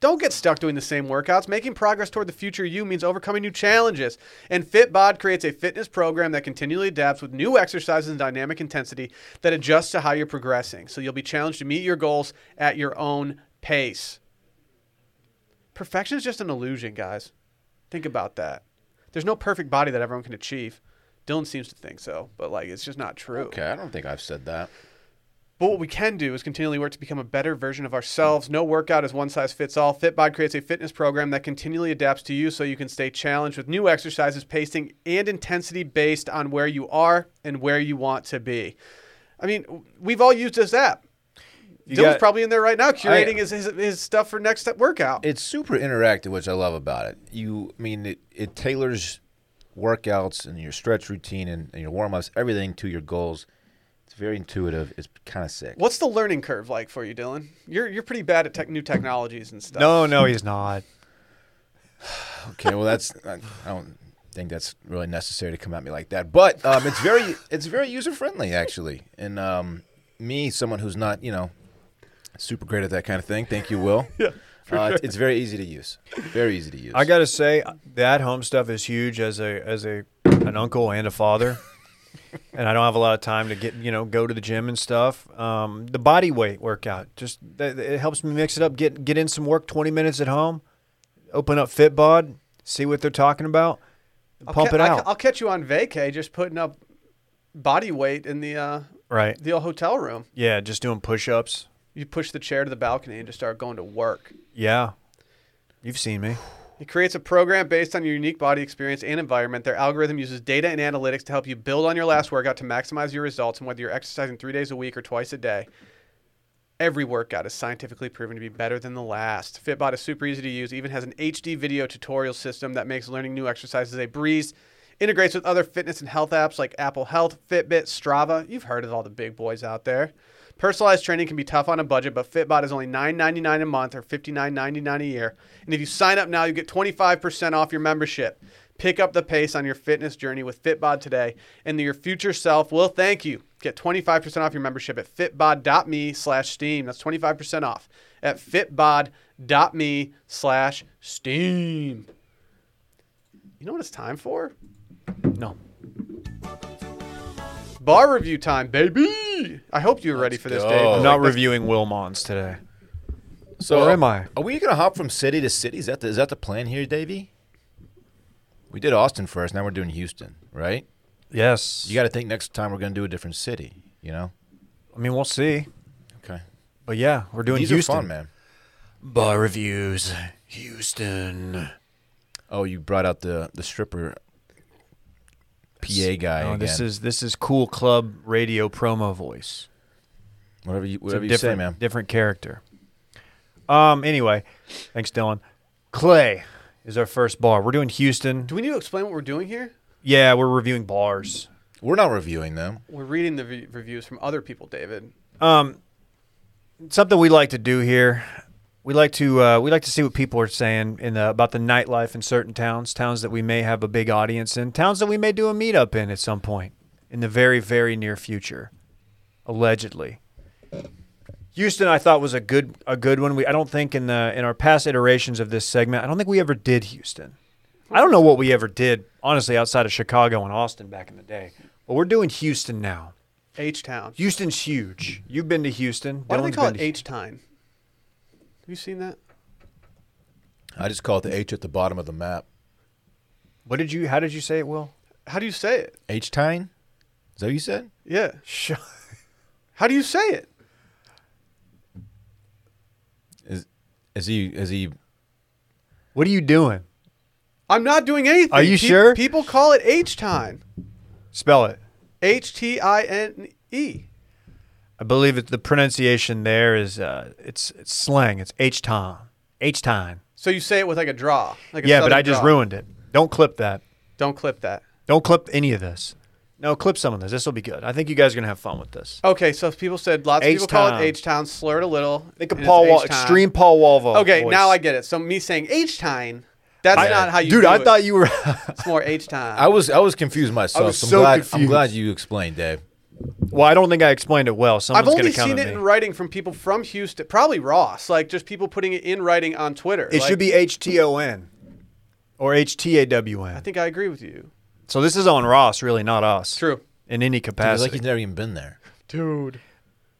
Don't get stuck doing the same workouts. Making progress toward the future you means overcoming new challenges. And FitBod creates a fitness program that continually adapts with new exercises and dynamic intensity that adjusts to how you're progressing. So you'll be challenged to meet your goals at your own pace. Perfection is just an illusion, guys. Think about that. There's no perfect body that everyone can achieve. Dylan seems to think so, but like it's just not true. Okay, I don't think I've said that. But what we can do is continually work to become a better version of ourselves. No workout is one size fits all. Fitbod creates a fitness program that continually adapts to you so you can stay challenged with new exercises, pacing, and intensity based on where you are and where you want to be. I mean, w- we've all used this app. You Dylan's got- probably in there right now curating I- his, his, his stuff for next step workout. It's super interactive, which I love about it. You, I mean, it, it tailors workouts and your stretch routine and, and your warm ups, everything to your goals. It's very intuitive. It's kind of sick. What's the learning curve like for you, Dylan? You're you're pretty bad at tech, new technologies and stuff. No, no, he's not. Okay, well, that's I I don't think that's really necessary to come at me like that, but um, it's very it's very user friendly actually, and um, me, someone who's not you know super great at that kind of thing, thank you, Will. yeah, uh, it's- it's very easy to use. Very easy to use. I gotta say that home stuff is huge as a as a an uncle and a father, and I don't have a lot of time to get you know go to the gym and stuff. Um, the body weight workout just that, that- it helps me mix it up. Get get in some work, twenty minutes at home, open up Fitbod, see what they're talking about, I'll pump ca- it I'll- out. I'll catch you on vacay just putting up body weight in the uh, right? the old hotel room. Yeah, just doing push ups. You push the chair to the balcony and just start going to work. Yeah, you've seen me. It creates a program based on your unique body experience and environment. Their algorithm uses data and analytics to help you build on your last workout to maximize your results. And whether you're exercising three days a week or twice a day, every workout is scientifically proven to be better than the last. Fitbot is super easy to use, even has an HD video tutorial system that makes learning new exercises a breeze. Integrates with other fitness and health apps like Apple Health, Fitbit, Strava. You've heard of all the big boys out there. Personalized training can be tough on a budget, but Fitbot is only $9.99 a month or $59.99 a year. And if you sign up now, you get 25% off your membership. Pick up the pace on your fitness journey with Fitbod today, and your future self will thank you. Get 25% off your membership at fitbod.me slash steam. That's 25% off at fitbod.me slash steam. You know what it's time for? No, Bar review time, baby! I hope you're ready for this, go. Dave. I'm I'm Like, not that's- reviewing Wilmons today. So Or am I? Are we gonna hop from city to city? Is that the, is that the plan here, Davey? We did Austin first. Now we're doing Houston, right? Yes, You got to think next time we're gonna do a different city. You know? I mean, we'll see. Okay. But yeah, we're doing These Houston. are fun, man. Bar reviews, Houston. Oh, you brought out the the stripper PA guy No, again. Oh, this is this is cool club radio promo voice. whatever you It's whatever a you say, different, man. Different character. Um. Anyway, thanks, Dylan. Clay is our first bar. We're doing Houston. Do we need to explain what we're doing here? Yeah, we're reviewing bars. We're not reviewing them. We're reading the re- reviews from other people, David. Um, something we like to do here. We like to uh, we like to see what people are saying in the, about the nightlife in certain towns, towns that we may have a big audience in, towns that we may do a meetup in at some point in the very very near future, allegedly. Houston, I thought was a good a good one. We I don't think in the in our past iterations of this segment, I don't think we ever did Houston. I don't know what we ever did honestly outside of Chicago and Austin back in the day, but we're doing Houston now. H Town. Houston's huge. You've been to Houston. Why do they Dylan's call been it to- H Town? Have you seen that? I just call it the H at the bottom of the map. What did you? How did you say it, Will? How do you say it? H Tine? Is that what you said? Yeah. Sh- How do you say it? Is is he is he (laughs) what are you doing? I'm not doing anything. Are you Pe- sure? People call it H Time. Spell it. H T I N E. I believe it, the pronunciation there is uh, it's, it's slang. It's H time. H time. So you say it with like a draw. Like a Yeah, but southern I just draw. ruined it. Don't clip that. Don't clip that. Don't clip any of this. No, clip some of this. This will be good. I think you guys are gonna have fun with this. Okay, so if people said lots of people call H-town. it H Town, slur it a little. Think of and it's Paul Wall, H-town. extreme Paul Walvo. Okay, voice. now I get it. So me saying H Time That's I- not how you Dude, do I it. thought you were. (laughs) it's more H time. I was I was confused myself. was so I'm so glad I'm confused. glad you explained, Dave. well, I don't think I explained it well. Someone's I've only gonna come seen at it in me. writing from people from Houston, probably Ross, like just people putting it in writing on Twitter. It Like, should be H T O N or H T A W I N. think I agree with you. So this is on Ross, really, not us. True. In any It's capacity. like he's never even been there. Dude.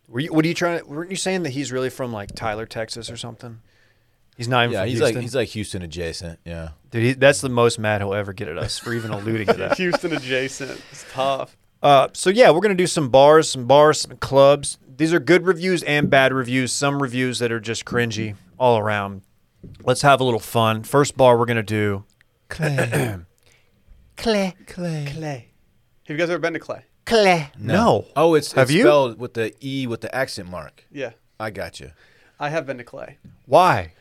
Were you? What are you trying? to- Weren't you saying that he's really from like Tyler, Texas, or something? He's not even. Yeah, from he's Houston. like he's like Houston adjacent. Yeah. Dude, he, that's the most mad he'll ever get at us for even alluding to (laughs) (laughs) that. Houston adjacent. It's tough. Uh, so yeah, we're gonna do some bars, some bars, some clubs. These are good reviews and bad reviews. Some reviews that are just cringy all around. Let's have a little fun. First bar we're gonna do. Clay. (clears throat) Clay. Clay. Clay. Have you guys ever been to Clay? Clay. No. Oh, it's, Have it's you? spelled with the E with the accent mark. Yeah. I got you. I have been to Clay. Why?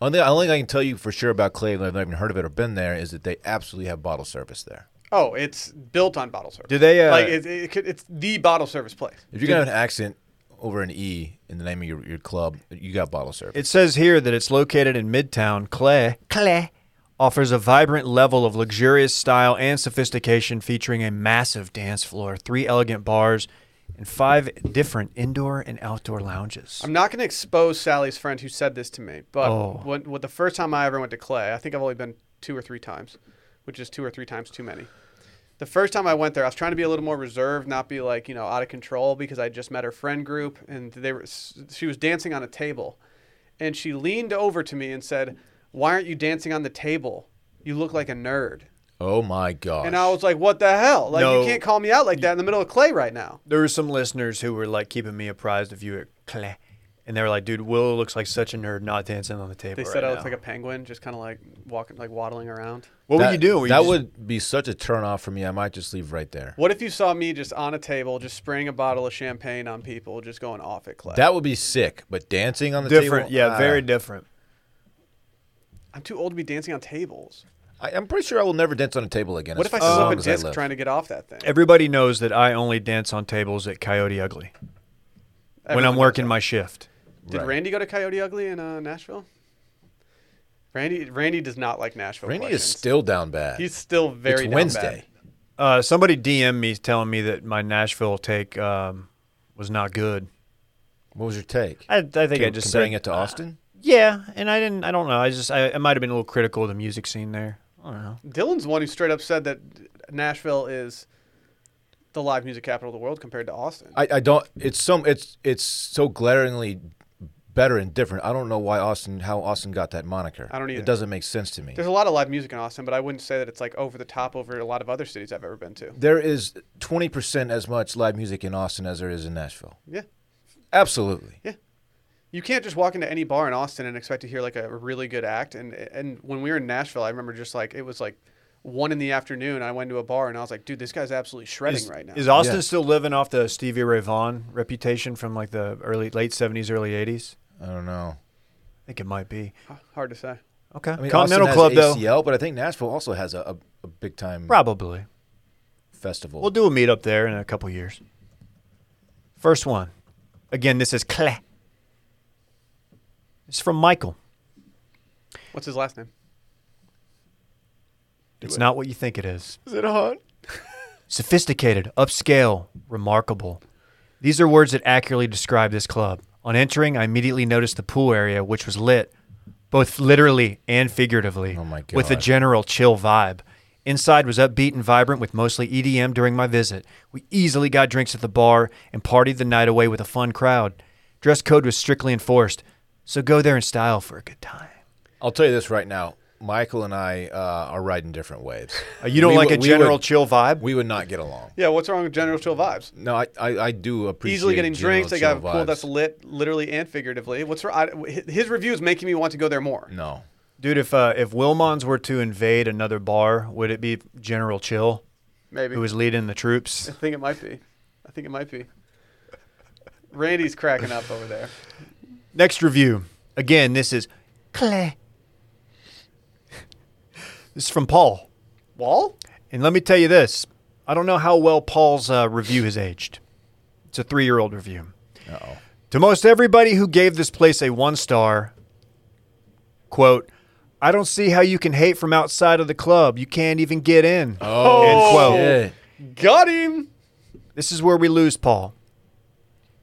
Only thing, only thing I can tell you for sure about Clay, and I've never even heard of it or been there, is that they absolutely have bottle service there. Oh, it's built on bottle service. Do they, uh, like it, it, could- it's the bottle service place? If you're gonna have an accent over an E in the name of your, your club, you got bottle service. It says here that it's located in Midtown. Clay. Clay. Offers a vibrant level of luxurious style and sophistication, featuring a massive dance floor, three elegant bars, and five different indoor and outdoor lounges. I'm not going to expose Sally's friend who said this to me, but Oh. when, when the first time I ever went to Clay, I think I've only been two or three times, which is two or three times too many. The first time I went there, I was trying to be a little more reserved, not be like you know out of control because I just met her friend group and they were she was dancing on a table, and she leaned over to me and said, "Why aren't you dancing on the table? You look like a nerd." oh my gosh. And I was like, "What the hell? Like No. you can't call me out like that in the middle of Clay right now." there were some listeners who were like keeping me apprised of you at Clay, and they were like, "Dude, Will looks like such a nerd, not dancing on the table." They right said I looked now." like a penguin, just kind of like walking, like waddling around. What that, were you doing? Were you that just- would be such a turnoff for me. I might just leave right there. What if you saw me just on a table, just spraying a bottle of champagne on people, just going off at Clay? That would be sick. But dancing on the different. table, yeah, Ah. very different. I'm too old to be dancing on tables. Ah, I, I'm pretty sure I will never dance on a table again. What as if I long slip a as I disc live. trying to get off that thing? Everybody knows that I only dance on tables at Coyote Ugly when Everyone I'm knows working that. my shift. Did Right. Randy go to Coyote Ugly in uh, Nashville? Randy, Randy does not like Nashville. Randy is questions. still down bad. He's still very. it's down bad. Wednesday. Uh, somebody DM me telling me that my Nashville take um, was not good. What was your take? I, I think I Com- just comparing said, it to Austin. yeah, and I didn't. I don't know. I just I, I might have been a little critical of the music scene there. I don't know. Dylan's the one who straight up said that Nashville is the live music capital of the world compared to Austin. I, I don't. It's so it's it's so glaringly better and different. I don't know why Austin how Austin got that moniker. I don't either. It doesn't make sense to me. There's a lot of live music in Austin, but I wouldn't say that it's like over the top over a lot of other cities I've ever been to. There is twenty percent as much live music in Austin as there is in Nashville. Yeah. Absolutely. You can't just walk into any bar in Austin and expect to hear like a really good act. And and when we were in Nashville, I remember just like it was like one in the afternoon. I went to a bar and I was like, dude, this guy's absolutely shredding Is, right now. is Austin Yeah. still living off the Stevie Ray Vaughan reputation from like the early late seventies, early eighties? I don't know. I think it might be. H- Hard to say. Okay, I mean, Continental Club Austin has though, ACL, but I think Nashville also has a, a, a big time probably. festival. We'll do a meetup there in a couple years. First one, again, this is Cle. It's from Michael. What's his last name? It's not what you think it is. is it on? (laughs) Sophisticated, upscale, remarkable. These are words that accurately describe this club. On entering, I immediately noticed the pool area, which was lit, both literally and figuratively, Oh my with a God. general chill vibe. Inside was upbeat and vibrant with mostly EDM during my visit. We easily got drinks at the bar and partied the night away with a fun crowd. Dress code was strictly enforced, so go there in style for a good time. I'll tell you this right now. Michael and I uh, are riding different waves. Uh, (laughs) you don't We like would- a we general would- chill vibe? We would not get along. Yeah, what's wrong with General Chill Vibes? No, I, I, I do appreciate Easily getting general drinks. They chill got a pool vibes. that's lit literally and figuratively. What's wrong? I- hi- His review is making me want to go there more. no. Dude, if uh, if Wilmons were to invade another bar, would it be General Chill Maybe. who was leading the troops? I think it might be. I think it might be. Randy's cracking up over there. Next review. Again, this is Clay. (laughs) This is from Paul. Wall? And let me tell you this I don't know how well Paul's uh, review has aged. It's a three year old review. Uh-oh. To most everybody who gave this place a one star, quote, I don't see how you can hate from outside of the club. You can't even get in. Oh, End quote. shit. Got him. This is where we lose, Paul.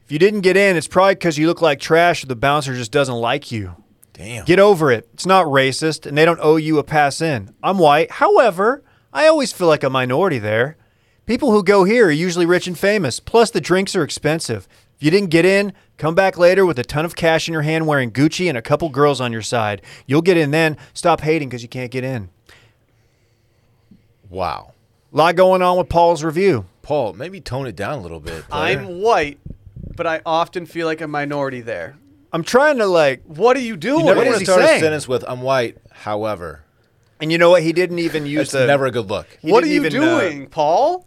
If you didn't get in, it's probably because you look like trash or the bouncer just doesn't like you. Damn. Get over it. It's not racist, and they don't owe you a pass in. I'm white. However, I always feel like a minority there. People who go here are usually rich and famous, plus the drinks are expensive. If you didn't get in, come back later with a ton of cash in your hand wearing Gucci and a couple girls on your side. You'll get in then. Stop hating because you can't get in. wow. Lot going on with Paul's review. Paul, maybe tone it down a little bit. player. I'm white, but I often feel like a minority there. I'm trying to like What are you doing? never Never What is want to he start a saying? sentence with "I'm white." However, and you know what? He didn't even use it's the never a good look. he what are didn't you even, uh, doing, Paul?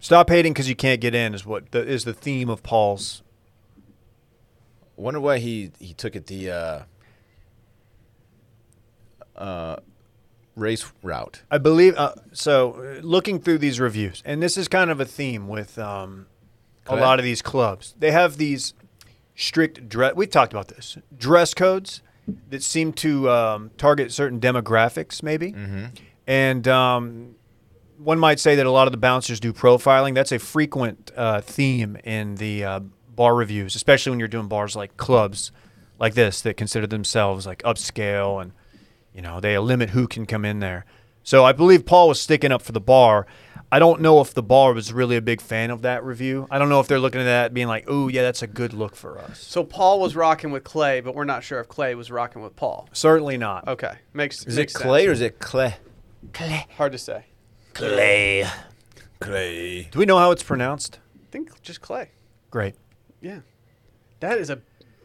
Stop hating because you can't get in is what the, is the theme of Paul's. Wonder why he he took it the uh, uh, race route. I believe uh, so. uh, Looking through these reviews, and this is kind of a theme with um, a Okay. lot of these clubs. They have these strict dress. We've talked about this dress codes that seem to um, target certain demographics, maybe. Mm-hmm. And um, one might say that a lot of the bouncers do profiling. That's a frequent uh, theme in the uh, bar reviews, especially when you're doing bars like clubs like this that consider themselves like upscale and you know they limit who can come in there. So I believe Paul was sticking up for the bar. I don't know if the bar was really a big fan of that review. I don't know if they're looking at that being like, "Oh yeah, that's a good look for us." So Paul was rocking with Clay, but we're not sure if Clay was rocking with Paul. Certainly not. Okay, makes Is it makes Clay or is it Clay? sense. Hard to say. Clay. Clay. Do we know how it's pronounced? I think just Clay. Great. Yeah, that is a.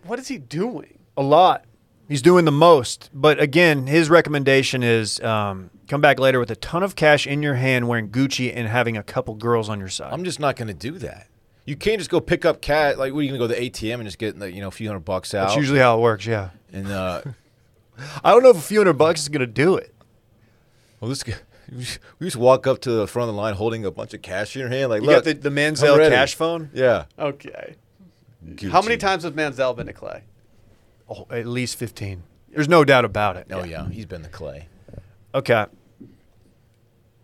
What is he doing? a lot. He's doing the most. But again, his recommendation is um, come back later with a ton of cash in your hand, wearing Gucci and having a couple girls on your side. I'm just not going to do that. You can't just go pick up cat. Like, what are you going to go to the ATM and just get like, you know a few hundred bucks out? That's usually how it works. Yeah. and uh, I don't know if a few hundred bucks is gonna do it. well, this guy, (laughs) we just walk up to the front of the line holding a bunch of cash in your hand. Like, You got look, the, the I'm Manziel ready. cash phone? Yeah. Okay. How many times has Manziel been to Clay? Oh, at least fifteen. There's no doubt about it. Oh yeah, he's been the Clay. Okay.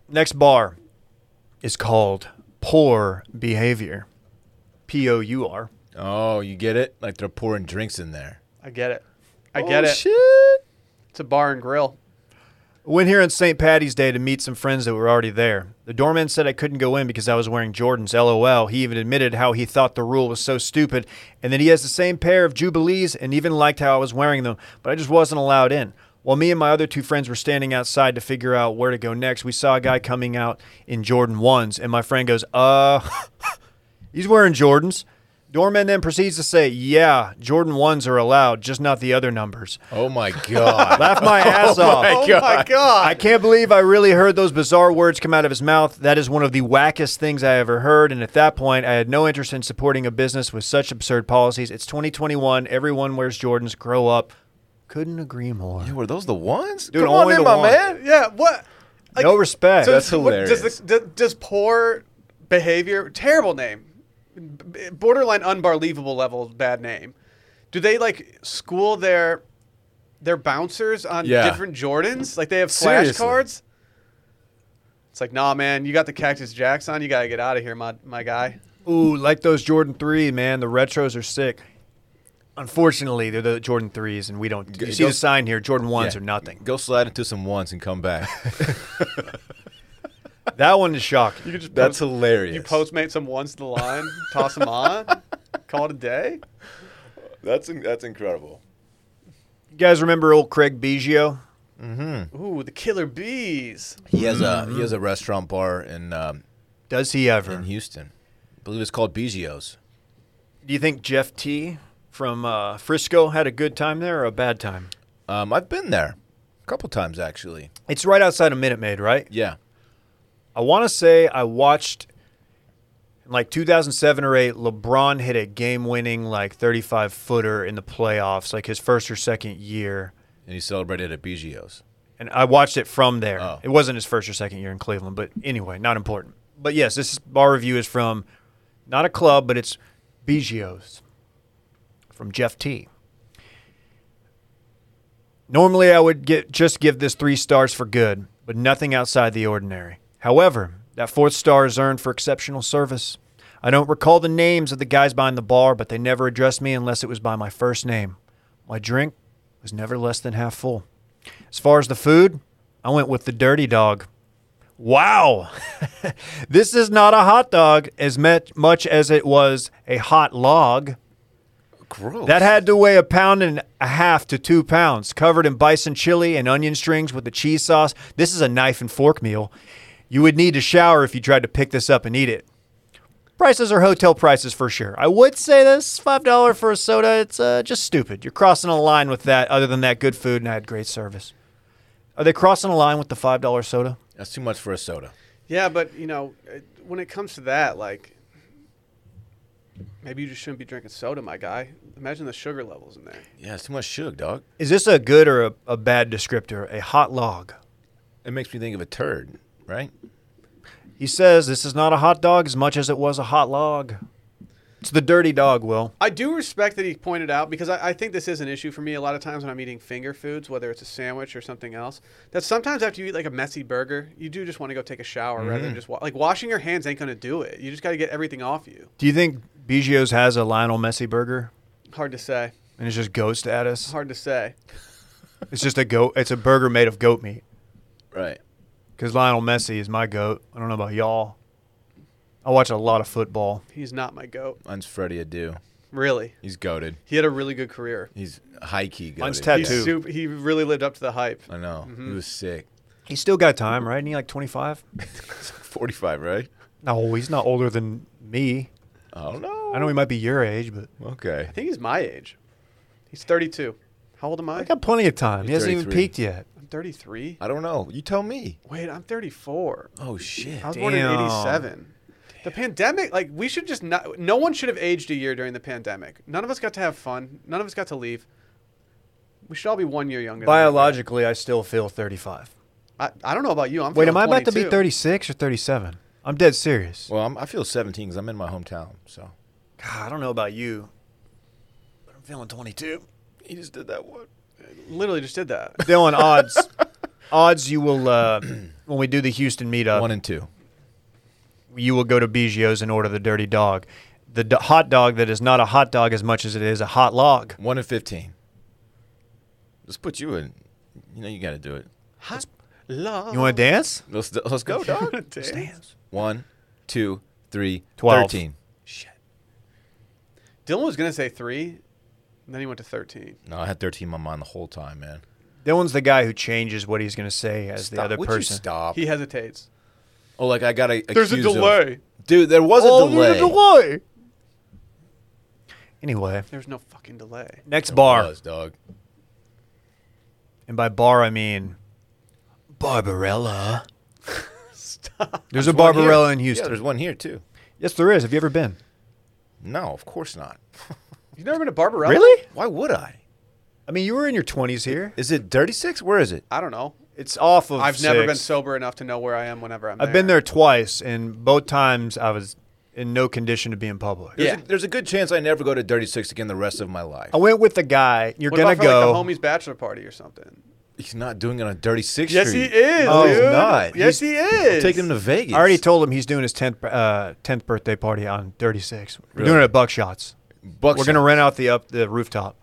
Next bar is called Poor Behavior. P O U R. Oh, you get it? Like they're pouring drinks in there. I get it. I get oh, it. Shit. It's a bar and grill. Went here on St. Patty's Day to meet some friends that were already there. The doorman said I couldn't go in because I was wearing Jordans. LOL. He even admitted how he thought the rule was so stupid and that he has the same pair of Jubilees and even liked how I was wearing them, but I just wasn't allowed in. While me and my other two friends were standing outside to figure out where to go next, we saw a guy coming out in Jordan 1s, and my friend goes, Uh, (laughs) He's wearing Jordans. Doorman then proceeds to say, Yeah, Jordan 1s are allowed, just not the other numbers. Oh my god. Laugh my ass off. (laughs) oh my god! I can't believe I really heard those bizarre words come out of his mouth. That is one of the wackest things I ever heard. And at that point, I had no interest in supporting a business with such absurd policies. It's 2021. Everyone wears Jordans. Grow up. Couldn't agree more. Were those the ones? Dude, Come on only in, the my one. man. yeah. What? Like, no respect. So That's what- Does, hilarious. the, does, does poor behavior, terrible name, b- borderline unbelievable level of bad name, do they like school their their bouncers on Yeah. different Jordans? Like they have Seriously. flashcards? It's like, nah, man, you got the Cactus Jacks on. You got to get out of here, my, my guy. Ooh, like those Jordan 3, man. The retros are sick. Unfortunately, they're the Jordan 3s, and we don't. You see go- the sign here Jordan 1s Yeah. are nothing. Go slide into some ones and come back. (laughs) That one is shocking. You could just post- That's hilarious. You postmate some ones to the line, toss them on, (laughs) call it a day. That's that's incredible. You guys remember old Craig Biggio? Ooh, the killer bees. He has a he has a restaurant bar in um, Does he ever? in Houston. I believe it's called Biggio's. Do you think Jeff T from uh, Frisco had a good time there or a bad time? Um, I've been there a couple times actually. It's right outside of Minute Maid, right? Yeah. I want to say I watched in like 2007 or 8 LeBron hit a game-winning like 35 footer in the playoffs, like his first or second year. And he celebrated at Biggio's. And I watched it from there. Oh. It wasn't his first or second year in Cleveland, but anyway, not important. But yes, this bar review is from not a club, but it's Biggio's from Jeff T. Normally, I would get just give this three stars for good, but nothing outside the ordinary. However, that fourth star is earned for exceptional service. I don't recall the names of the guys behind the bar, but they never addressed me unless it was by my first name. My drink was never less than half full. As far as the food, I went with the dirty dog. Wow! (laughs) this is not a hot dog as met- much as it was a hot log. Gross. That had to weigh a pound and a half to two pounds, covered in bison chili and onion strings with the cheese sauce. This is a knife and fork meal. You would need to shower if you tried to pick this up and eat it. Prices are hotel prices for sure. I would say this $5 for a soda, it's uh, just stupid. You're crossing a line with that, other than that, good food and I had great service. Are they crossing a line with the $5 soda? That's too much for a soda. Yeah, but you know, it- when it comes to that, like, maybe you just shouldn't be drinking soda, my guy. Imagine the sugar levels in there. Yeah, it's too much sugar, dog. Is this a good or a, a bad descriptor? A hot log. It makes me think of a turd, right? He says this is not a hot dog as much as it was a hot log. It's the dirty dog, Will. I do respect that he pointed out because I, I think this is an issue for me a lot of times when I'm eating finger foods, whether it's a sandwich or something else. That sometimes after you eat like a messy burger, you do just want to go take a shower rather than just wa- like washing your hands ain't gonna do it. You just got to get everything off you. Do you think Biggio's has a Lionel Messi burger Hard to say. and it's just goat status? Hard to say. It's just a goat. It's a burger made of goat meat Right. because Lionel Messi is my goat. I don't know about y'all. I watch a lot of football. He's not my goat. Mine's Freddie Adu. Really, He's goaded. he had a really good career. He's high key goaded. Mine's He's Tattoo. super, he really lived up to the hype. I know. He was (laughs) sick. He's still got time, right? Isn't he like 25? Forty five, right? No, he's not older than me. I don't know. I know he might be your age, but Okay. I think he's my age. He's 32. How old am I? I got plenty of time. He He's hasn't even 33. peaked yet. I'm 33. I don't know. You tell me. Wait, I'm 34. Oh shit. I was born in Damn. 87. The pandemic, like, we should just not, no one should have aged a year during the pandemic. None of us got to have fun. None of us got to leave. We should all be one year younger. than we were. Biologically, I still feel 35. I, I don't know about you. I'm Wait, am feeling I about to be 22. 36 or 37? I'm dead serious. Well, I'm, I feel 17 because I'm in my hometown. So God, I don't know about you, but I'm feeling 22. he just did that one. Literally just did (laughs) that. Dylan, odds, odds you will uh, (clears throat) when we do the Houston meetup, One and two. you will go to Biggio's and order the dirty dog, the d- hot dog that is not a hot dog as much as it is a hot log. One and 15. Let's put you in. You know you got to do it. Hot love. You want to dance? Let's (laughs) let's go, dog. (laughs) Stands. one, two, three, Twelve. 13. Dylan was going to say three, and then he went to 13. No, I had 13 in my mind the whole time, man. Dylan's the guy who changes what he's going to say as the Stop. other Would you person. stop? He hesitates. oh, like I got a. There's a delay. Oh, dude. There was a delay. Oh, delay. Anyway, There's no fucking delay. (laughs) next There bar. was, dog. And by bar, I mean Barbarella. Stop. There's a One here. Barbarella in Yeah, Houston. there's one here too. yes, there is. Have you ever been? No, of course not. You've never been to Barbarella? Why would I? I mean, you were in your 20s here. Is it 36? Where is it? I don't know. It's off of. I've never been six. sober enough to know where I am whenever I'm. I've been there twice, and both times I was in no condition to be in public. Yeah. Oh. There's a, there's a good chance I never go to 36 again the rest of my life. I went with the guy. You're What gonna about for, go. like, the homies bachelor party or something? He's not doing it on 36. Yes, he is. No, Oh, he's dude. not. Yes, He's- he is. Take him to Vegas. I already told him he's doing his 10th uh, 10th birthday party on 36. We're Really? doing it at Buckshots. Bucks We're gonna rent out the up the rooftop.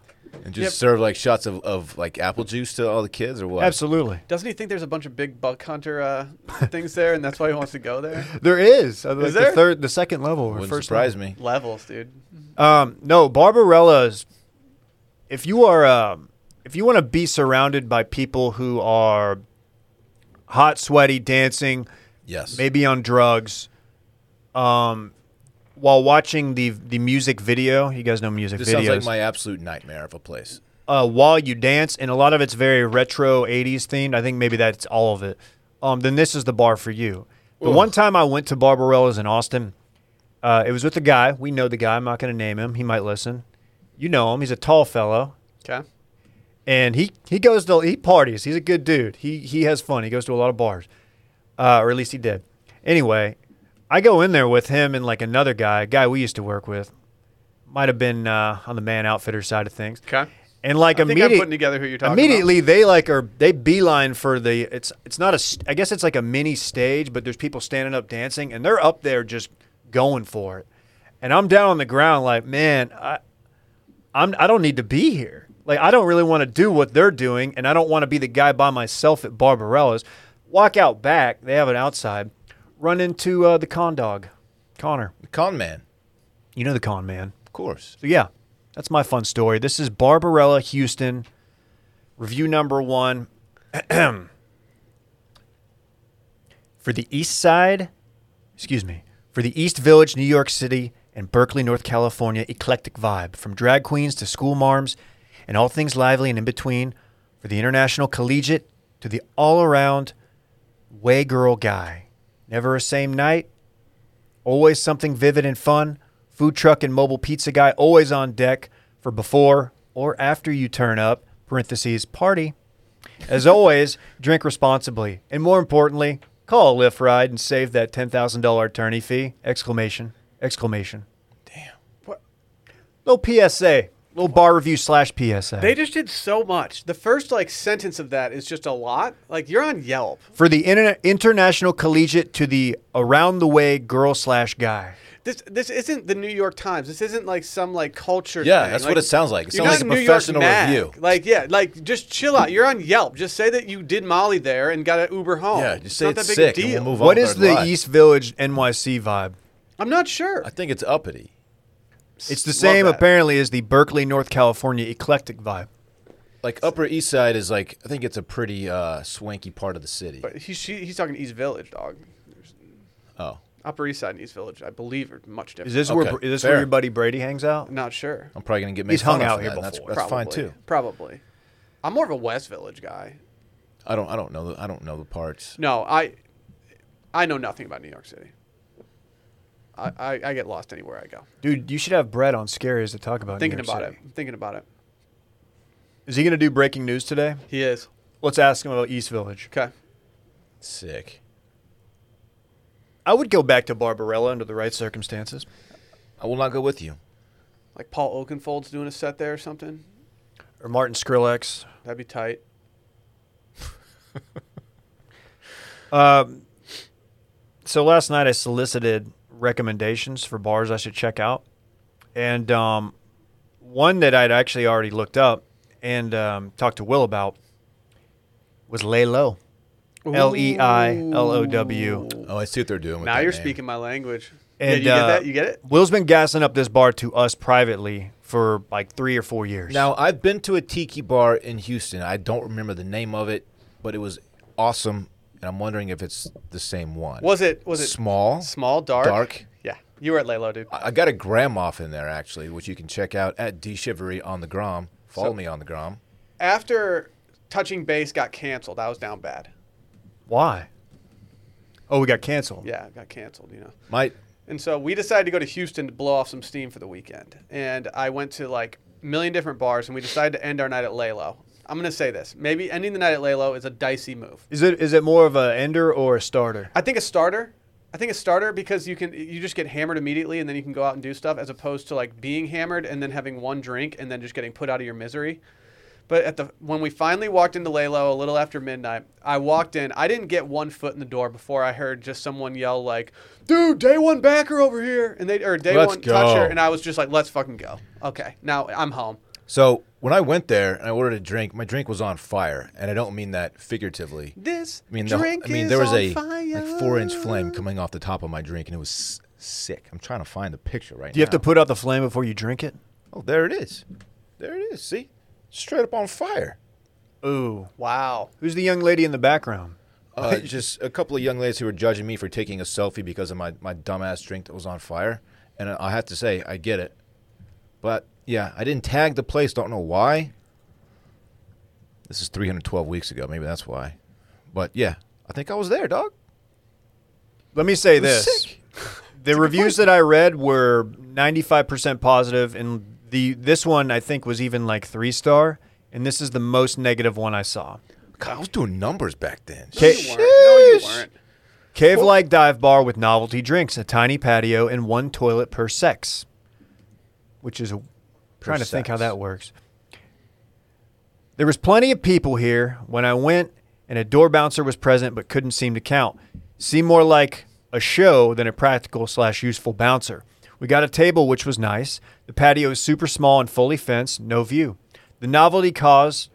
and just Yep. serve like shots of, of like apple juice to all the kids or what? Absolutely. Doesn't he think there's a bunch of big buck hunter uh, things there, and that's why he wants to go there? There is. uh, like there? The third, the second level or Wouldn't first surprise level. me. Levels, dude. Um, no, Barbarella's. If you are, um, if you want to be surrounded by people who are hot, sweaty, dancing, Yes. maybe on drugs, um, while watching the the music video, you guys know music This videos. sounds like my absolute nightmare of a place. uh, while you dance, and a lot of it's very retro '80s themed. I think maybe that's all of it. Um, then this is the bar for you. The Ugh. one time I went to Barbarella's in Austin, uh, it was with a guy. We know the guy. I'm not going to name him. He might listen. You know him. He's a tall fellow, Okay. and he he goes to he parties. He's a good dude. He he has fun. He goes to a lot of bars, uh, or at least he did. Anyway, I go in there with him and like another guy, a guy we used to work with, might have been uh, on the man outfitter side of things Okay. And like I think I'm immediate- putting together who you're talking immediately they like are they beeline for the it's it's not a s- I guess it's like a mini stage, but there's people standing up dancing and they're up there just going for it. And I'm down on the ground like, man, I I'm I don't need to be here. Like I don't really want to do what they're doing, and I don't want to be the guy by myself at Barbarella's. Walk out back. They have an outside. Run into uh, the con dog, Connor. The con man, You know the con man. of course. So yeah, that's my fun story. This is Barbarella Houston. Review number one. (clears throat) for the East Side, excuse me, for the East Village, New York City, and Berkeley, North California, eclectic vibe from drag queens to school marms and all things lively and in between, for the international collegiate to the all around way girl guy. Never a same night, always something vivid and fun. Food truck and mobile pizza guy always on deck for before or after you turn up. Parentheses party. As (laughs) always, drink responsibly, and more importantly, call a Lyft ride and save that ten thousand dollar attorney fee! Exclamation! Exclamation! What? Little PSA, little bar review slash PSA. They just did so much. The first like sentence of that is just a lot. Like you're on Yelp. for the interna- international collegiate to the around the way girl slash guy. This this isn't the New York Times. This isn't like some like culture. Yeah, thing. that's Like, what it sounds like. It you're sounds not like a New York professional Mag. review. Like yeah, like just chill out. You're on Yelp. Just say that you did Molly there and got an Uber home. Yeah, just say not it's that big a sick and deal. we'll move on. What with is our the lives. East Village NYC vibe? I'm not sure. I think it's uppity. It's the Love same that. apparently as the Berkeley, North California eclectic vibe. Like Upper East Side is like I think it's a pretty uh, swanky part of the city. But he, she, he's talking East Village, dog. There's oh, Upper East Side and East Village, I believe, are much different. Is this Okay, where is this where fair. your buddy Brady hangs out? I'm not sure. I'm probably gonna get made He's fun hung of out for here that, and Oh, that's, before. that's fine Probably. too. Probably. I'm more of a West Village guy. I don't I don't know the, I don't know the parts. No, I I know nothing about New York City. I, I, I get lost anywhere I go. Dude, you should have Brett on Scaries to talk about. New Thinking York about City. it. Thinking about it. Is he going to do breaking news today? He is. Let's ask him about East Village. Okay. Sick. I would go back to Barbarella under the right circumstances. I will not go with you. Like Paul Oakenfold's doing a set there or something. Or Martin Skrillex. That'd be tight. Um, so last night I solicited recommendations for bars I should check out, and um, one that I'd actually already looked up and um, talked to Will about was Lay Low, L E I L O W. Ooh. Oh, I see what they're doing. With Now that you're name. speaking my language. And yeah, you uh, get that? You get it? Will's been gassing up this bar to us privately for like three or four years. Now I've been to a tiki bar in Houston. I don't remember the name of it, but it was awesome, and I'm wondering if it's the same one. Was it was it small? small, dark? dark? Yeah. You were at Lalo, dude. I I got a gram off in there actually, which you can check out at D Chivery on the Grom. Follow So- me on the Grom. After touching base got canceled, I was down bad. why? Oh, we got canceled. Yeah, it got canceled, you know. My And so we decided to go to Houston to blow off some steam for the weekend. And I went to like a million different bars, and we decided to end our night at Lalo. I'm going to say this. Maybe ending the night at Lalo is a dicey move. Is it is it more of a ender or a starter? I think a starter. I think a starter because you can you just get hammered immediately and then you can go out and do stuff as opposed to like being hammered and then having one drink and then just getting put out of your misery. But at the when we finally walked into Lalo a little after midnight, I walked in. I didn't get one foot in the door before I heard just someone yell like, "Dude, day one backer over here!" and they or day Let's one toucher, go. and I was just like, "Let's fucking go." Okay, now I'm home. so when I went there and I ordered a drink, my drink was on fire, and I don't mean that figuratively. This I mean, the, drink I mean, is there was on a fire. like four-inch flame coming off the top of my drink, and it was s- sick. I'm trying to find the picture right now. Do you have to put out the flame before you drink it? Oh, there it is. There it is. See, straight up on fire. Ooh. Wow. Who's the young lady in the background? (laughs) Uh, just a couple of young ladies who were judging me for taking a selfie because of my, my dumbass drink that was on fire. And I I have to say, I get it. But yeah, I didn't tag the place. Don't know why. This is 312 weeks ago. Maybe that's why. But yeah, I think I was there, dog. Let me say It was this. sick. The reviews that I read were 95% positive and the this one I think was even like 3 star and this is the most negative one I saw. God, I was doing numbers back then. No, you weren't. No, you Sheesh. weren't. Cave-like dive bar with novelty drinks, a tiny patio and one toilet per sex. Which is a, trying to think how sex. that works. There was plenty of people here when I went, and a door bouncer was present but couldn't seem to count. Seemed more like a show than a practical slash useful bouncer. We got a table, which was nice. The patio is super small and fully fenced, no view. The novelty cause,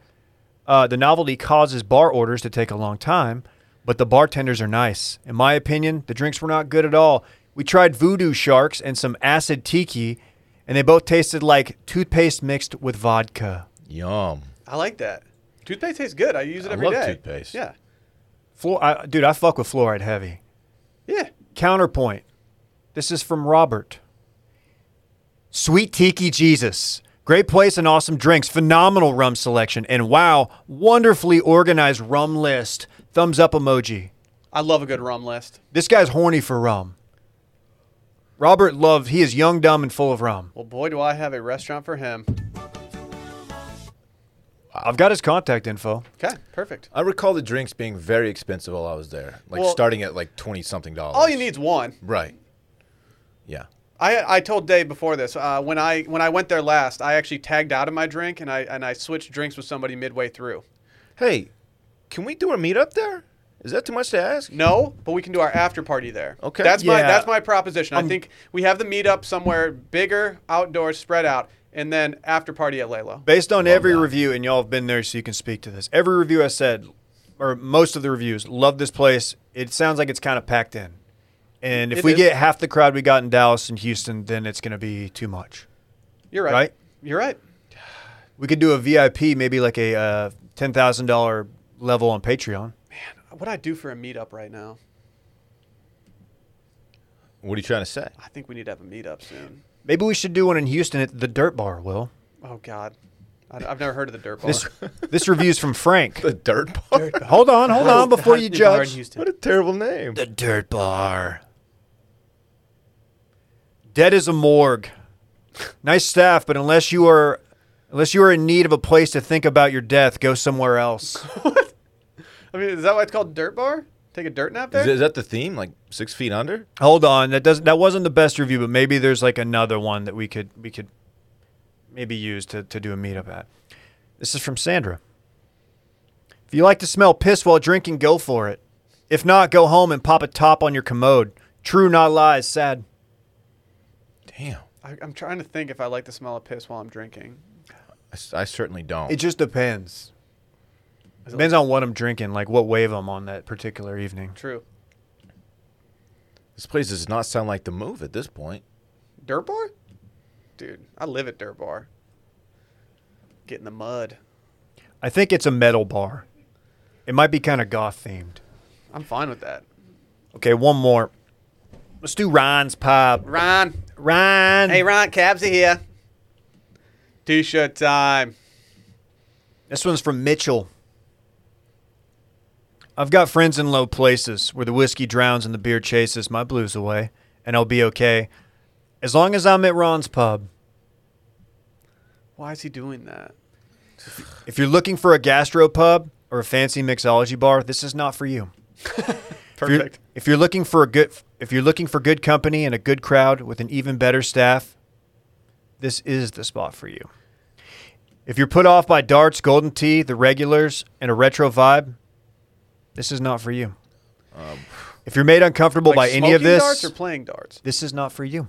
uh, the novelty causes bar orders to take a long time, but the bartenders are nice. In my opinion, the drinks were not good at all. We tried voodoo sharks and some acid tiki, and they both tasted like toothpaste mixed with vodka. Yum. I like that. Toothpaste tastes good. I use it I every day. love toothpaste. Yeah. Fluor- I, dude, I fuck with fluoride heavy. Yeah. Counterpoint. This is from Robert. Sweet Tiki Jesus. Great place and awesome drinks. Phenomenal rum selection. And wow, wonderfully organized rum list. Thumbs up emoji. I love a good rum list. This guy's horny for rum. Robert Love, he is young, dumb, and full of rum. Well, boy, do I have a restaurant for him. I've got his contact info. Okay, perfect. I recall the drinks being very expensive while I was there, like Well- starting at like twenty something dollars. All you need's one. right? Yeah. I, I told Dave before this uh, when I when I went there last, I actually tagged out of my drink and I and I switched drinks with somebody midway through. Hey, can we do a meetup there? Is that too much to ask? No, but we can do our after party there. Okay. Um, that's my Yeah. that's my proposition. I think we have the meetup somewhere bigger, outdoors, spread out, and then after party at Lalo. Based on every review, and y'all have been there, so you can speak to this. Every review I said, or most of the reviews, love this place. It sounds like it's kind of packed in. And if It we is. get half the crowd we got in Dallas and Houston, then it's going to be too much. You're right. Right? You're right. We could do a VIP, maybe like a uh, ten thousand dollar level on Patreon. What I do for a meetup right now? What are you trying to say? I think we need to have a meetup soon. Maybe we should do one in Houston at the Dirt Bar. Will Oh God, I, have never heard of the dirt bar. this this review's from Frank? The dirt bar. Hold on, hold on, before you Dirt bar in judge. Houston. (laughs) What a terrible name. The Dirt Bar. Dead is a morgue. Nice staff, but unless you are unless you are in need of a place to think about your death, go somewhere (laughs) else. I mean, is that why it's called dirt bar? Take a dirt nap there. Is, is that the theme? Like six feet under? Hold on, that doesn't that wasn't the best review, but maybe there's like another one that we could we could maybe use to, to do a meetup at. This is from Sandra. If you like to smell piss while drinking, go for it. If not, go home and pop a top on your commode. True, not lies. Sad. Damn. I, I'm trying to think if I like the smell of piss while I'm drinking. I, s- I certainly don't. It just depends. Is it Depends on what I'm drinking, like what wave I'm on that particular evening. True. this place does not sound like the move at this point. Dirt bar? Dude, I live at dirt bar. Get in the mud. I think it's a metal bar. It might be kind of goth themed. I'm fine with that. Okay, one more. Let's do Ryan's Pub. Ron. Ryan. Hey, Ron. Cabsy here. T-shirt time. This one's from Mitchell. I've got friends in low places where the whiskey drowns and the beer chases my blues away, and I'll be okay as long as I'm at Ron's Pub. Why is he doing that? If you're looking for a gastro pub or a fancy mixology bar, this is not for you. If you're- Perfect. If you're, looking for a good, if you're looking for good company and a good crowd with an even better staff, this is the spot for you. If you're put off by darts, golden tea, the regulars, and a retro vibe, this is not for you. if you're made uncomfortable by any Um, of smoking this, darts or playing darts? this is not for you.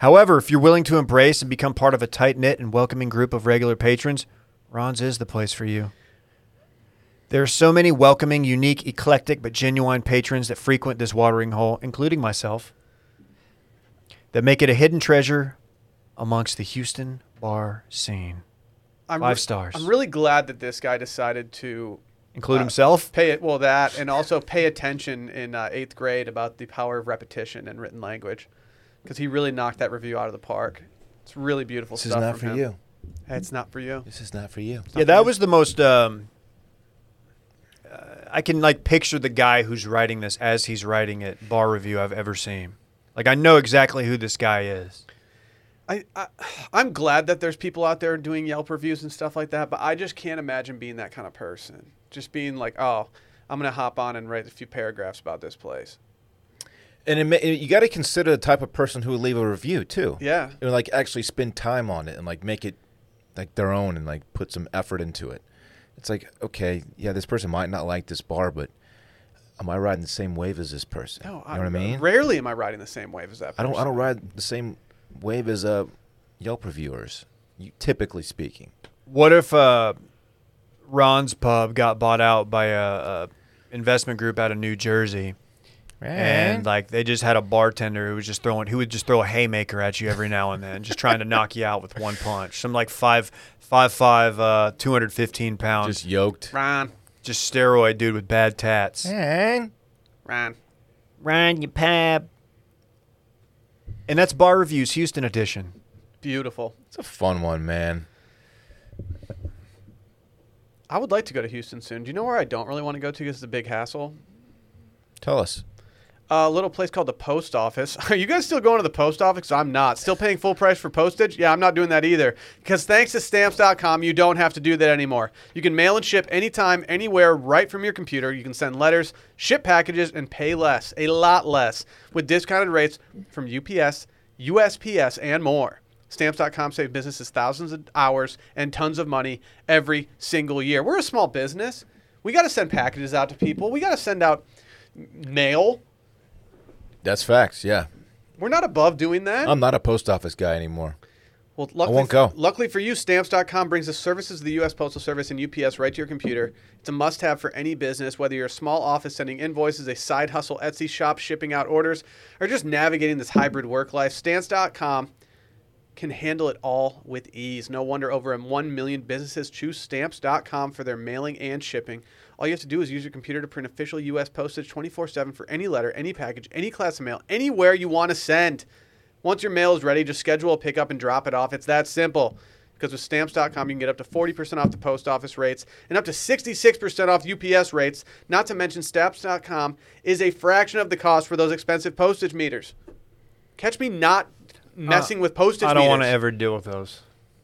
However, if you're willing to embrace and become part of a tight knit and welcoming group of regular patrons, Ron's is the place for you. There are so many welcoming, unique, eclectic, but genuine patrons that frequent this watering hole, including myself, that make it a hidden treasure amongst the Houston bar scene. I'm Five stars. I'm really glad that this guy decided to Include Uh, himself. pay it. Well, that and also pay attention in uh, eighth grade about the power of repetition and written language, because he really knocked that review out of the park. It's really beautiful This is stuff. not from for him. you. Hey, it's not for you. This is not for you. Yeah, that was the most. Um, uh, I can like picture the guy who's writing this as he's writing it. Bar review I've ever seen. Like I know exactly who this guy is. I, I I'm glad that there's people out there doing Yelp reviews and stuff like that, but I just can't imagine being that kind of person. Just being like, oh, I'm gonna hop on and write a few paragraphs about this place. And it ma- you got to consider the type of person who would leave a review too. Yeah. and like actually spend time on it and like make it like their own and like put some effort into it. It's like, okay, yeah, this person might not like this bar, but am I riding the same wave as this person? No, you know what I mean? Rarely am I riding the same wave as that. I don't I person. don't ride the same wave as uh, Yelp reviewers, you, typically speaking. What if uh, Ron's pub got bought out by a, a investment group out of New Jersey, and like they just had a bartender who was just throwing, who would just throw a haymaker at you every now and then, just trying to knock you out with one punch. Some like five, five, five, uh, two hundred fifteen pounds, just just, yoked. Ron, steroid dude with bad tats. And Ron. Ron, you pab. And that's bar reviews Houston edition. Beautiful. it's a fun one, man. I would like to go to Houston soon. Do you know where I don't really want to go to because it's a big hassle? Tell us. A little place called the post office. (laughs) Are you guys still going to the post office? I'm not. Still paying full price for postage? Yeah, I'm not doing that either. Because thanks to stamps.com, you don't have to do that anymore. You can mail and ship anytime, anywhere, right from your computer. You can send letters, ship packages, and pay less, a lot less, with discounted rates from UPS, USPS, and more. Stamps.com saved businesses thousands of hours and tons of money every single year. We're a small business. We got to send packages out to people. We got to send out mail. That's facts, yeah. We're not above doing that. I'm not a post office guy anymore. well, luckily, Um, won't go. luckily for you, stamps.com brings the services of the U.S. Postal Service and UPS right to your computer. It's a must have for any business, whether you're a small office sending invoices, a side hustle Etsy shop shipping out orders, or just navigating this hybrid work life. Stamps.com can handle it all with ease. No wonder over 1 million businesses choose stamps.com for their mailing and shipping. All you have to do is use your computer to print official U.S. postage 24 7 for any letter, any package, any class of mail, anywhere you want to send. Once your mail is ready, just schedule a pickup and drop it off. It's that simple. Because with stamps.com, you can get up to 40% off the post office rates and up to 66% off UPS rates. Not to mention, stamps.com is a fraction of the cost for those expensive postage meters. Catch me not messing with postage I don't meters. want to ever deal with those.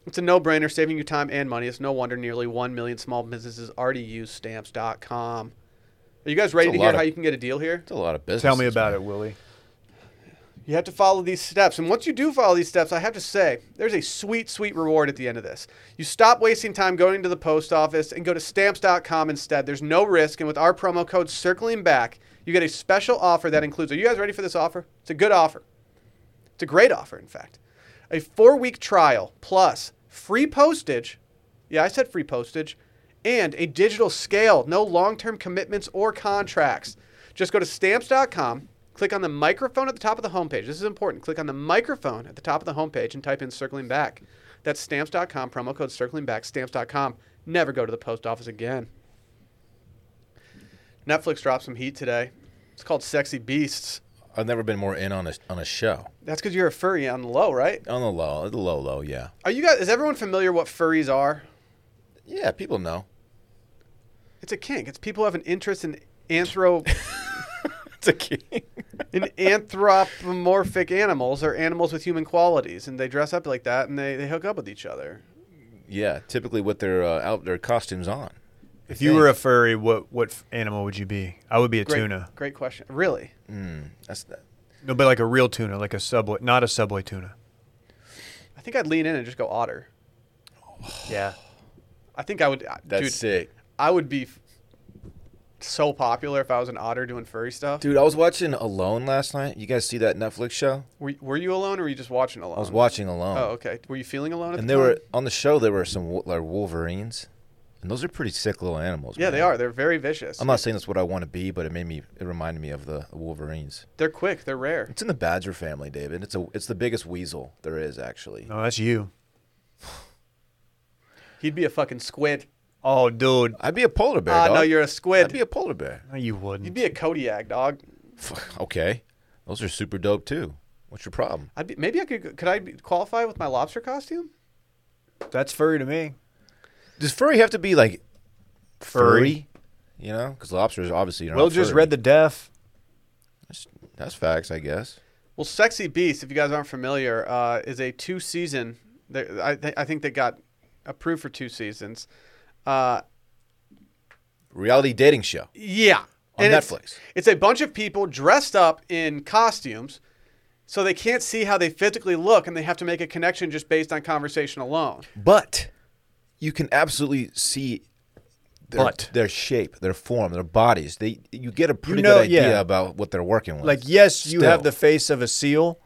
It's a no-brainer, saving you time and money. It's no wonder nearly 1 million small businesses already use stamps.com. Are you guys ready It's to a hear lot of- how you can get a deal here? It's a lot of business. Tell me about it, (laughs) Willie. You have to follow these steps. And once you do follow these steps, I have to say, there's a sweet, sweet reward at the end of this. You stop wasting time going to the post office and go to stamps.com instead. There's no risk. And with our promo code circling back, you get a special offer that includes Are you guys ready for this offer? It's a good offer. It's a great offer, in fact. A four week trial plus free postage. Yeah, I said free postage. And a digital scale, no long term commitments or contracts. Just go to stamps.com, click on the microphone at the top of the homepage. This is important. Click on the microphone at the top of the homepage and type in circling back. That's stamps.com, promo code circling back, stamps.com. Never go to the post office again. Netflix dropped some heat today. It's called Sexy Beasts. I've never been more in on a on a show. That's because you're a furry on the low, right? On the low, the low, low, yeah. Are you guys? Is everyone familiar what furries are? Yeah, people know. It's a kink. It's people who have an interest in anthro It's a king. in anthropomorphic animals or animals with human qualities, and they dress up like that and they, they hook up with each other. yeah, typically with their uh, out their costumes on. If you were a furry, what what f- animal would you be? I would be a Great, tuna. Great question. Really? That's that. No, but like a real tuna, like a subway, not a subway tuna. I think I'd lean in and just go otter. Yeah. I think I would. I- That's dude, sick. I would be f- so popular if I was an otter doing furry stuff. Dude, I was watching Alone last night. You guys see that Netflix show? Were, were you alone or were you just watching alone? I was watching Alone. Oh, okay. Were you feeling alone? At and the there were time? on the show there were some wo- like wolverines. And those are pretty sick little animals. Yeah, they man. are. They're very vicious. I'm not saying that's what I want to be, but it made me it reminded me of the wolverines. They're quick. They're rare. It's in the badger family, David. It's a it's the biggest weasel there is actually. No, that's you. He'd be a fucking squid. Oh, dude. I'd be a polar bear. Ah, dog. no, you're a I'd squid. be a polar bear. No, you You'd wouldn't. be a Kodiak dog. F- (sighs) Okay, those are super dope too. What's your problem? I'd be, maybe I could. Could I be, qualify with my lobster costume? That's furry to me. Does furry have to be like Furry. furry? You know, because lobsters obviously are. Will just read the def. That's, that's facts, I guess. Well, Sexy Beast, if you guys aren't familiar, uh, is a two season. I, th- I think they got approved for two seasons. Uh, Reality dating show. yeah. On it's- Netflix. It's a bunch of people dressed up in costumes, so they can't see how they physically look, and they have to make a connection just based on conversation alone. But you can absolutely see their, But- their shape, their form, their bodies. They you get a pretty know- good idea yeah. about what they're working with. Like, yes, you have Still. the face of a seal,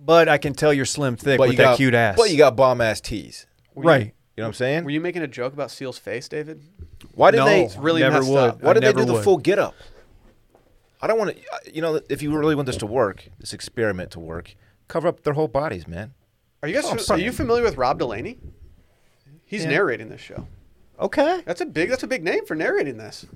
but I can tell you're slim thick but with you that got cute ass. But you got bomb ass tees. right. You know what I'm saying? Were you making a joke about Seal's face, David? Why did no, they? really Oh, never messed would. up. Why I did they never do the would. full get up? I don't want to. You know, if you really want this to work, this experiment to work, cover up their whole bodies, man. Are you guys Oh, are you familiar with Rob Delaney? He's Yeah. narrating this show. Okay. That's a big that's a big name for narrating this.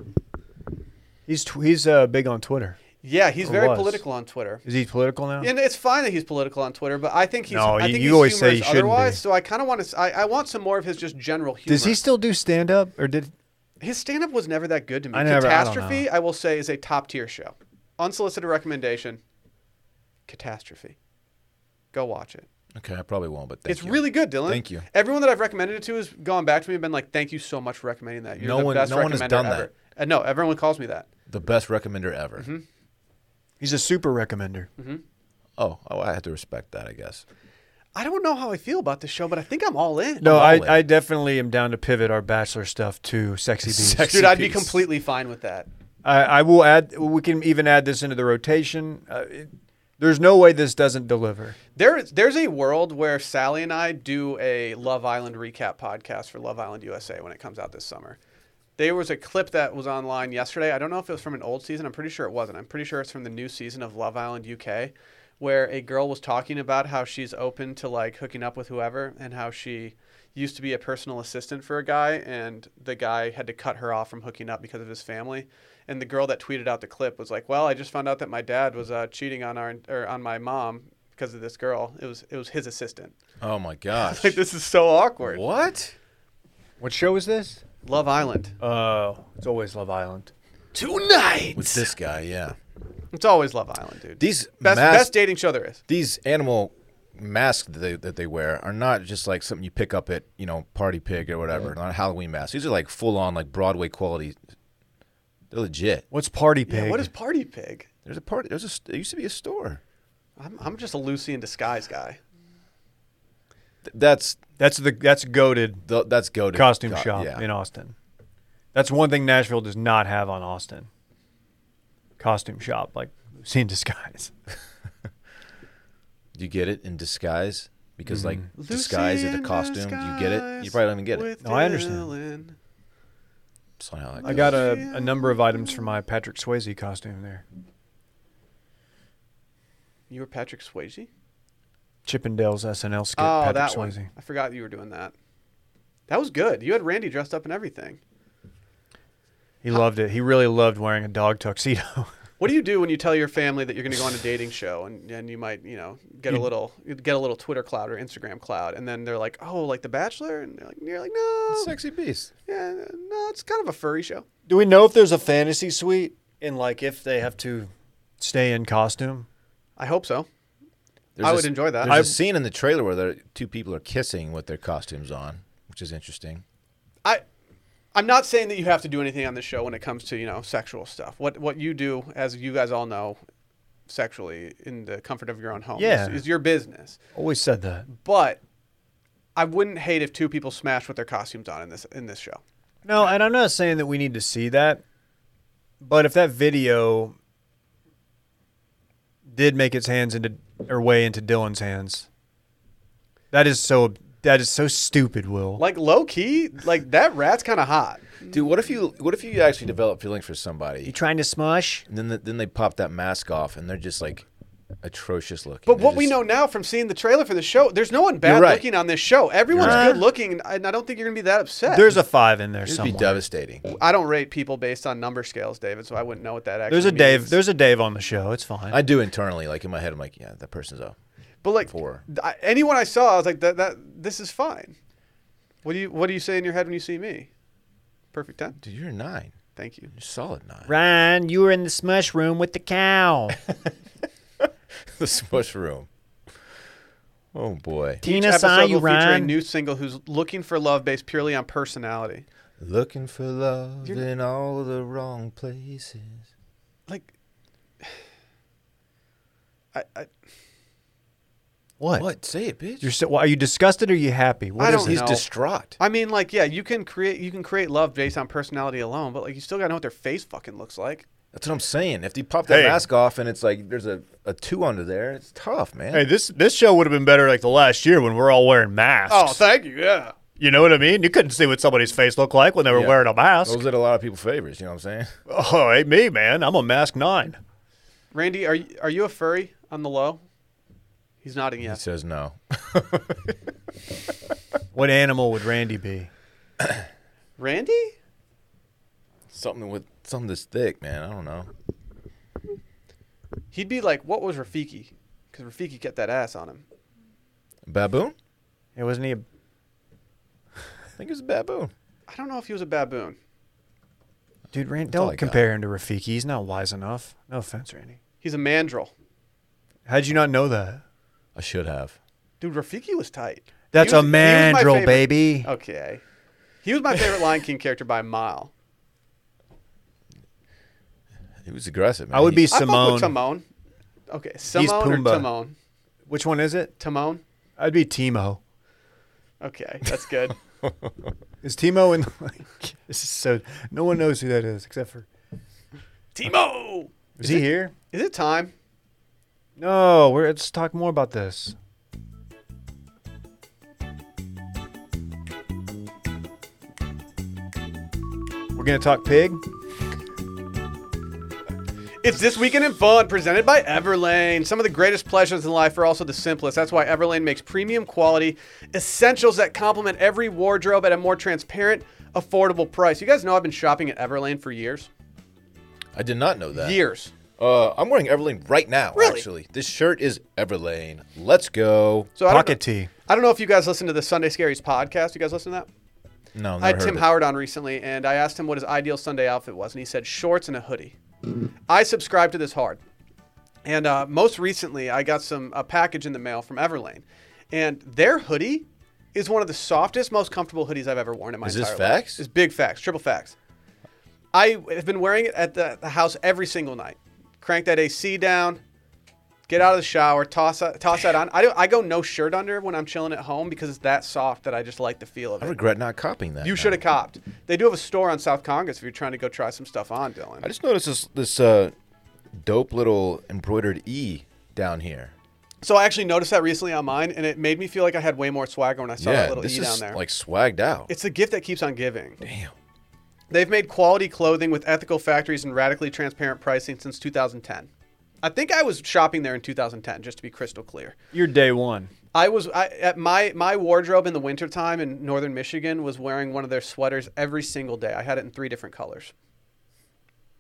He's tw- he's uh, big on Twitter. Yeah, he's Or very was. political on Twitter. Is he political now? And it's fine that he's political on Twitter, but I think he's No, I you- think you he's always say humorous he shouldn't otherwise, be. so I kind of want to I, I want some more of his just general humor. Does he still do stand up or did? His stand up was never that good to me. I never- I don't Catastrophe, I, will say, is a top tier show. Unsolicited recommendation. Catastrophe. Go watch it. Okay, I probably won't, but thank it's you. really good, Dylan. Thank you. Everyone that I've recommended it to has gone back to me and been like, "Thank you so much for recommending that. You're No the one- best no one has recommender done ever." that. And no, everyone calls me that. the best recommender ever. Mm-hmm. He's a super recommender. Oh, oh, I have to respect that, I guess. I don't know how I feel about this show, but I think I'm all in. No, I'm all in. I, I definitely am down to pivot our bachelor stuff to sexy beast. Sex- dude, I'd be Peace. completely fine with that. I, I will add. We can even add this into the rotation. Uh, it, there's no way this doesn't deliver. There is there's a world where Sally and I do a Love Island recap podcast for Love Island USA when it comes out this summer. There was a clip that was online yesterday. I don't know if it was from an old season. I'm pretty sure it wasn't. I'm pretty sure it's from the new season of Love Island UK, where a girl was talking about how she's open to like hooking up with whoever and how she used to be a personal assistant for a guy and the guy had to cut her off from hooking up because of his family. And the girl that tweeted out the clip was like, "Well, I just found out that my dad was uh, cheating on our or on my mom because of this girl. It was it was his assistant. (laughs) Oh my gosh! Like this is so awkward. what? What show is this? Love Island. Oh, it's always Love Island. Tonight. With this guy, yeah. It's always Love Island, dude. These best mas- best dating show there is. these animal masks that they, that they wear are not just like something you pick up at you know Party Pig or whatever. Mm-hmm. Not Halloween masks. These are like full on like Broadway quality. They're legit. What's Party Pig? Yeah, what is Party Pig? There's a party. There's a. st- There used to be a store. I'm I'm just a Lucy in disguise guy. Th- that's that's the that's goaded th- that's go to costume shop Yeah. in Austin. That's one thing Nashville does not have on Austin. Costume shop, like Lucy in disguise. Do you get it in disguise? Because like Lucy disguise is a in costume. Do you get it? You disguise probably don't even get it. with No, I understand. Dylan. That's not how that I goes. got a, a number of items for my Patrick Swayze costume there. You were Patrick Swayze. Chippendales SNL skit. oh, Patrick that Swayze. one. I forgot you were doing that. That was good. You had Randy dressed up and everything. He loved it. He really loved wearing a dog tuxedo. (laughs) What do you do when you tell your family that you're going to go on a dating show and, and you might, you know, get a little get a little Twitter cloud or Instagram cloud and then they're like, "Oh, like The Bachelor?" And they're like, you're like, "No. Oh, sexy beast. yeah, no, it's kind of a furry show." Do we know if there's a fantasy suite and like if they have to stay in costume? I hope so. There's I a would s- enjoy that. There's I- a scene in the trailer where the two people are kissing with their costumes on, which is interesting. I I'm not saying that you have to do anything on this show when it comes to, you know, sexual stuff. What what you do, as you guys all know, sexually in the comfort of your own home Yeah. is, is your business. Always said that. But I wouldn't hate if two people smashed with their costumes on in this in this show. No, and I'm not saying that we need to see that, but if that video did make its hands into or way into Dylan's hands, that is so that is so stupid. Will Like low key, like that rat's kind of hot. Dude, what if you what if you actually develop feelings for somebody, trying to smush? and then the, then they pop that mask off, and they're just like atrocious looking. But They're what we just- know now from seeing the trailer for the show, there's no one bad You're right. looking on this show. Everyone's right. good looking, and I- and I don't think you're gonna be that upset. There's a five in there it'd be somewhere. devastating. I don't rate people based on number scales, David, so I wouldn't know what that actually. There's a means. Dave. There's a Dave on the show. It's fine. I do internally, like in my head, I'm like, yeah, that person's a. But like Four. th- I, anyone I saw, I was like, that, that this is fine. What do you what do you say in your head when you see me? Perfect ten. Dude, you're a nine. Thank you. You're a solid nine. Ryan, you were in the smush room with (laughs) the cow. (laughs) the smush room. Oh boy, Each episode will feature a new single who's looking for love based purely on personality. looking for love in all the wrong places. (sighs) Like, I, I What? What? Say it, bitch. Oh. You're so, well, are you disgusted or are you happy? What I is don't it? He's know. distraught. I mean, like, yeah, you can create you can create love based on personality alone, but like, you still gotta know what their face fucking looks like. That's what I'm saying. If you pop that Hey. mask off and it's like there's a, a two under there, it's tough, man. Hey, this this show would have been better like the last year when we're all wearing masks. Oh, thank you. Yeah. you know what I mean? You couldn't see what somebody's face looked like when they were Yeah. wearing a mask. Those did a lot of people favors. You know what I'm saying? (laughs) Oh, hey, me, man. I'm a mask nine. Randy, are you, are you a furry on the low? He's nodding He yes. says no. (laughs) What animal would Randy be? Randy? Something with something this thick, man. I don't know. He'd be like, what was Rafiki? Because Rafiki kept that ass on him. Baboon? It wasn't he? A, I think it's a baboon. I don't know if he was a baboon. dude, Randy, all I don't got. compare him to Rafiki. He's not wise enough. No offense, Randy. He's a mandrel. How'd you not know that? I should have. Dude, Rafiki was tight. That's He was- a he was my mandrel, favorite. baby. Okay. He was my favorite Lion King character by a mile. He was aggressive. Man. I would be He- I fuck Simone. with Timon. Okay, Simone or Pumbaa. Timon? Which one is it? Timon? I'd be Timo. Okay, that's (laughs) good. Is Timo (laughs) in? Like, this is so. No one knows who that is except for. Timo! Is, he here? Is it time? No. We're, let's talk more about this. We're gonna talk pig. It's This Weekend in Fun, presented by Everlane. Some of the greatest pleasures in life are also the simplest. That's why Everlane makes premium quality essentials that complement every wardrobe at a more transparent, affordable price. You guys know I've been shopping at Everlane for years. I did not know that. Years. Uh, I'm wearing Everlane right now. Really? Actually, this shirt is Everlane. Let's go. So I don't Pocket know- tee. I don't know if you guys listen to the Sunday Scaries podcast. You guys listen to that? No, I've never I had heard Tim of it. Howard on recently, and I asked him what his ideal Sunday outfit was, and he said shorts and a hoodie. Mm-hmm. I subscribe to this hard, and uh, most recently I got some a package in the mail from Everlane, and their hoodie is one of the softest, most comfortable hoodies I've ever worn in my Is entire this life. facts? It's big facts, triple facts. I have been wearing it at the, the house every single night. Crank that AC down, get out of the shower, toss that- toss that on. I do, I go no shirt under when I'm chilling at home because it's that soft that I just like the feel of I it. regret not copying that. You now. should have copped. They do have a store on South Congress if you're trying to go try some stuff on, Dylan. I just noticed this this uh, dope little embroidered E down here. so I actually noticed that recently on mine, and it made me feel like I had way more swagger when I saw that yeah, little this E is down there. like swagged out. it's the gift that keeps on giving. Damn. They've made quality clothing with ethical factories and radically transparent pricing since 2010. I think I was shopping there in 2010, just to be crystal clear. You're day one. I was I, at my my wardrobe in the wintertime in northern Michigan was wearing one of their sweaters every single day. I had it in three different colors.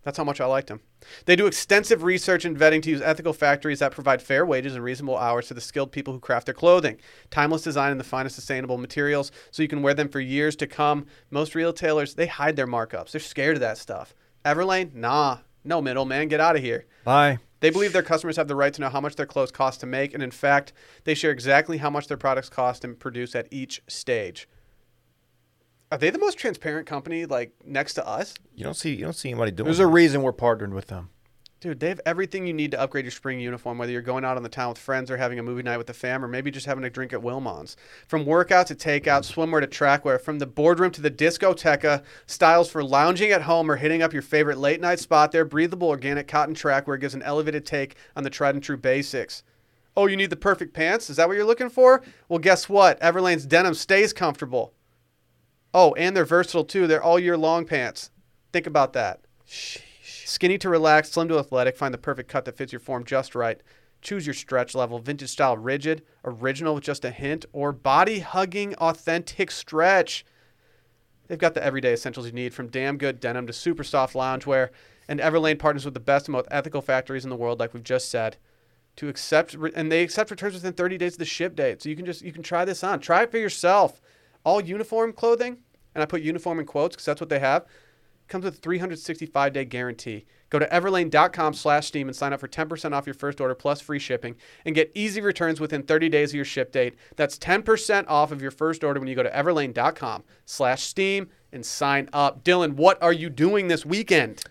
That's how much I liked them. They do extensive research and vetting to use ethical factories that provide fair wages and reasonable hours to the skilled people who craft their clothing. Timeless design and the finest sustainable materials so you can wear them for years to come. Most retailers, they hide their markups. They're scared of that stuff. Everlane? Nah. No middleman. Get out of here. Bye. They believe their customers have the right to know how much their clothes cost to make, and in fact, they share exactly how much their products cost and produce at each stage. Are they the most transparent company, like next to us? You don't see you don't see anybody doing. There's a that. reason we're partnered with them. Dude, they have everything you need to upgrade your spring uniform, whether you're going out on the town with friends or having a movie night with the fam, or maybe just having a drink at Wilmon's. From workout to takeout, swimwear to trackwear, from the boardroom to the discoteca, styles for lounging at home or hitting up your favorite late night spot, their breathable organic cotton trackwear gives an elevated take on the tried and true basics. Oh, you need the perfect pants? Is that what you're looking for? Well, guess what? Everlane's denim stays comfortable. Oh, and they're versatile too. They're all year long pants. Think about that. Skinny to relaxed, slim to athletic, find the perfect cut that fits your form just right. Choose your stretch level, vintage style, rigid, original with just a hint, or body hugging, authentic stretch. They've got the everyday essentials you need from damn good denim to super soft loungewear. And Everlane partners with the best and most ethical factories in the world, like we've just said, to accept and they accept returns within 30 days of the ship date. So you can just you can try this on. Try it for yourself. All uniform clothing, and I put uniform in quotes because that's what they have. Comes with a 365 day guarantee. Go to everlane.com slash steam and sign up for 10% off your first order plus free shipping and get easy returns within 30 days of your ship date. That's 10% off of your first order when you go to everlane.com slash steam and sign up. Dylan, what are you doing this weekend?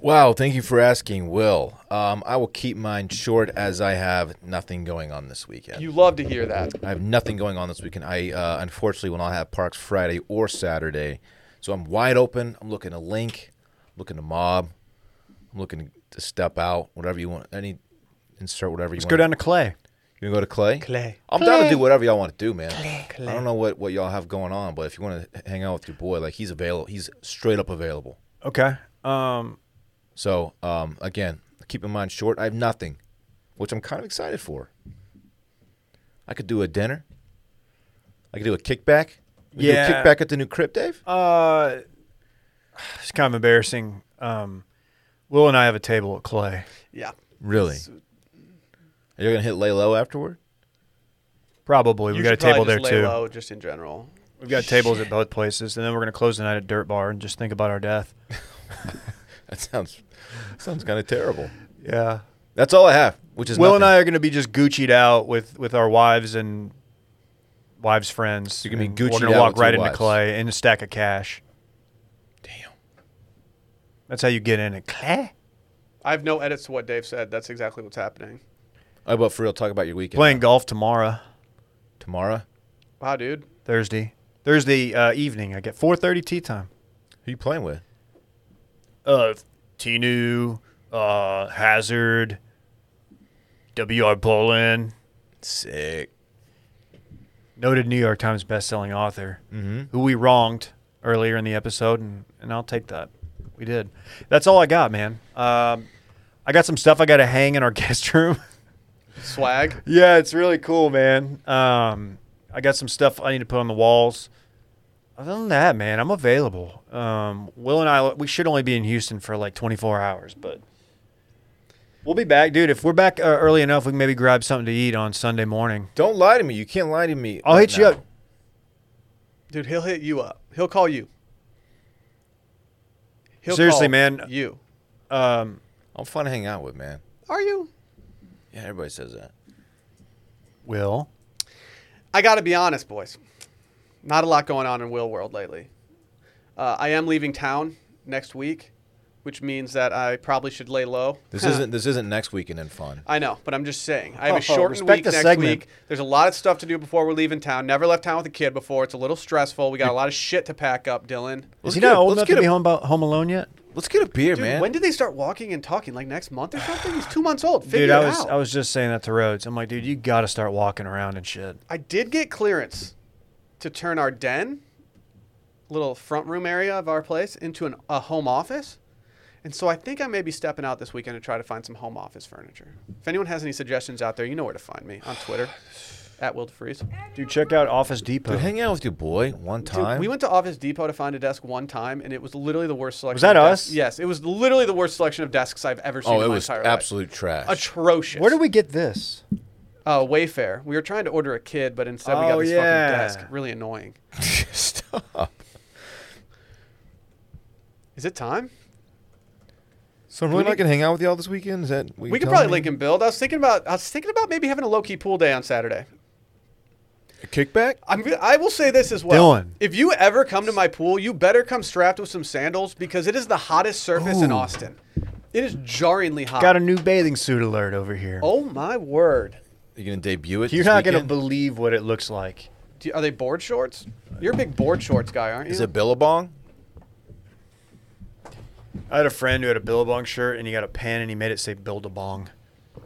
Wow, thank you for asking, Will. Um, I will keep mine short as I have nothing going on this weekend. You love to hear that. I have nothing going on this weekend. I uh, unfortunately will not have parks Friday or Saturday, so I'm wide open. I'm looking to link, looking to mob, I'm looking to step out. Whatever you want, any insert whatever you Let's want. go down to Clay. You gonna go to Clay? Clay. I'm down to do whatever y'all want to do, man. I don't know what, what y'all have going on, but if you want to hang out with your boy, like he's available. He's straight up available. Okay. Um, So um, again, keep in mind, short. I have nothing, which I'm kind of excited for. I could do a dinner. I could do a kickback. We could Yeah. do a kickback at the new crib, Dave. uh, it's kind of embarrassing. Um, Will and I have a table at Clay. Yeah. Really? Are you gonna hit lay low afterward? Probably. You We've got a should probably table there just lay too. Low just in general. We've got tables at both places, and then we're gonna close the night at Dirt Bar and just think about our death. That sounds sounds kind of terrible. Yeah. That's all I have, which is Will and nothing. I are gonna be just Gucci'd out with with our wives and wives' friends. You're gonna be and We're Gucci'd gonna out walk with your right into wives. Clay in a stack of cash. Damn. That's how you get in at Clay. I have no edits to what Dave said. That's exactly what's happening. All right, Oh, but for real, talk about your weekend. Playing golf tomorrow, tomorrow. Wow, dude. Thursday. Thursday uh, evening, I get 4:30 tea time. Who you playing with? Uh, Tinu, uh, Hazard, W.R. Bolin. Sick. Noted New York Times best-selling author. Mm-hmm. who we wronged earlier in the episode, and, and I'll take that. We did. That's all I got, man. Um, I got some stuff I got to hang in our (laughs) guest room. Swag. yeah, it's really cool, man. Um, I got some stuff I need to put on the walls. Other than that, man, I'm available. Um, Will and I, we should only be in Houston for like 24 hours, but we'll be back, dude. If we're back uh, early enough, we can maybe grab something to eat on Sunday morning. Don't lie to me. You can't lie to me. I'll right hit you now. up. Dude, he'll hit you up. He'll call you. He'll Seriously, call man. You. Um, I'm fun to hang out with, man. Are you? Yeah, everybody says that. Will, I got to be honest, boys. Not a lot going on in Will World lately. Uh, I am leaving town next week, which means that I probably should lay low. This isn't this isn't next weekend in fun. (laughs) I know, but I'm just saying. I have Oh, a shortened respect week the next segment. week. There's a lot of stuff to do before we're leaving town. Never left town with a kid before. It's a little stressful. We got a lot of shit to pack up, Dylan. is Let's he get not a- old let's enough get to be a- home, bo- home alone yet? Let's get a beer, Dude, man. when did they start walking and talking? Like next month or something? He's two months old. Figure Dude, it I was out. I was just saying that to Rhodes. I'm like, dude, you got to start walking around and shit. I did get clearance to turn our den, little front room area of our place, into an, a home office. And so I think I may be stepping out this weekend to try to find some home office furniture. If anyone has any suggestions out there, you know where to find me on (sighs) Twitter at Will DeFreeze. Dude, check out Office Depot. Dude, hang out with your boy one Dude, time. we went to Office Depot to find a desk one time, and it was literally the worst selection. Was that of us? desks- Yes, it was literally the worst selection of desks I've ever seen. oh, in it my was entire absolute trash. life. (laughs) atrocious. Where did we get this? Uh, Wayfair. We were trying to order a kid, but instead we got Oh, this yeah. fucking desk. Really annoying. Stop. Is it time? So I'm really really not not gonna hang out with y'all this weekend. Is that We could probably link and build. I was thinking about I was thinking about maybe having a low key pool day on Saturday. a kickback? I'm g- I will say this as well. Dylan. If you ever come to my pool, you better come strapped with some sandals because it is the hottest surface in Ooh. Austin. It is jarringly hot. Got a new bathing suit alert over here. oh my word. You gonna debut it? You're this not gonna weekend? believe what it looks like. Do you- are they board shorts? You're a big board shorts guy, aren't you? Is it Billabong? I had a friend who had a Billabong shirt and he got a pen and he made it say Build-a-Bong.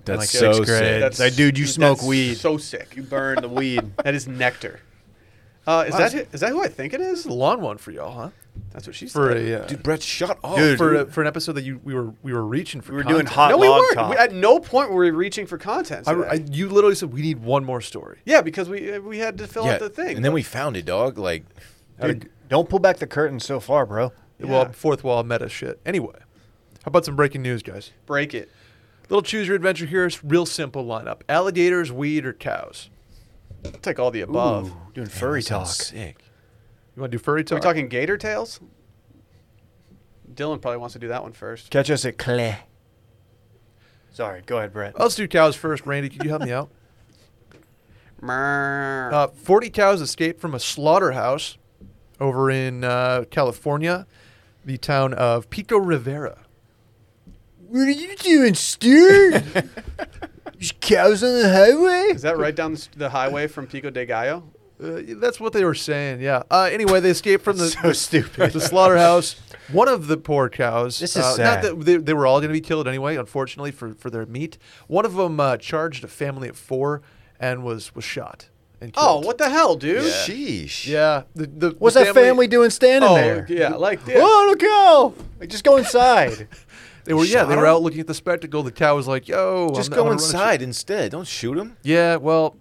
That's like so sixth grade. sick. That's- Like, dude, you smoke that's weed. So sick. You burn the weed. that is nectar. Uh, is that who- is that who I think it is? The long one for y'all, huh? That's what she said. For a uh, Dude, Brett, shut up. Dude. Uh-huh. for a, for an episode that you we were we were reaching for. We were doing content. hot no, we log weren't. talk. We, at no point were we reaching for content. I, today. I, you literally said we need one more story. yeah, because we uh, we had to fill yeah, out the thing. and then but- we found it, dog. Like, Dude, don't pull back the curtain so far, bro. Yeah. Well, fourth wall meta shit. Anyway, how about some breaking news, guys? break it. Little choose your adventure here. It's real simple lineup: alligators, weed, or cows. I'll take all the above. Ooh, doing furry that sounds talk. Sick. You want to do furry Are talk? we talking gator tails? Dylan probably wants to do that one first. Catch us at Clay. Sorry, go ahead, Brett. Let's do cows first. Randy, could you help me out? Mrrr. Uh, Forty cows escaped from a slaughterhouse over in uh, California, the town of Pico Rivera. What are you doing, (laughs) Stuart? There's cows on the highway. Is that right down the s- the highway from Pico de Gallo? Uh, that's what they were saying. Yeah. Uh, anyway, they escaped (laughs) from the so stupid. the slaughterhouse. One of the poor cows. This is uh, sad. Not that they, they were all going to be killed anyway, unfortunately for, for their meat. One of them uh, charged a family at four and was was shot. And Oh, killed. what the hell, dude? Sheesh. Yeah. The, the, What's the that family doing standing Oh, there? yeah, like that. Oh, look go! Like, just go inside. They were yeah. Shot They were him? out looking at the spectacle. The cow was like, "Yo, I'm Just not- I'm go gonna run a sh-" inside instead. Don't shoot him. Yeah. Well,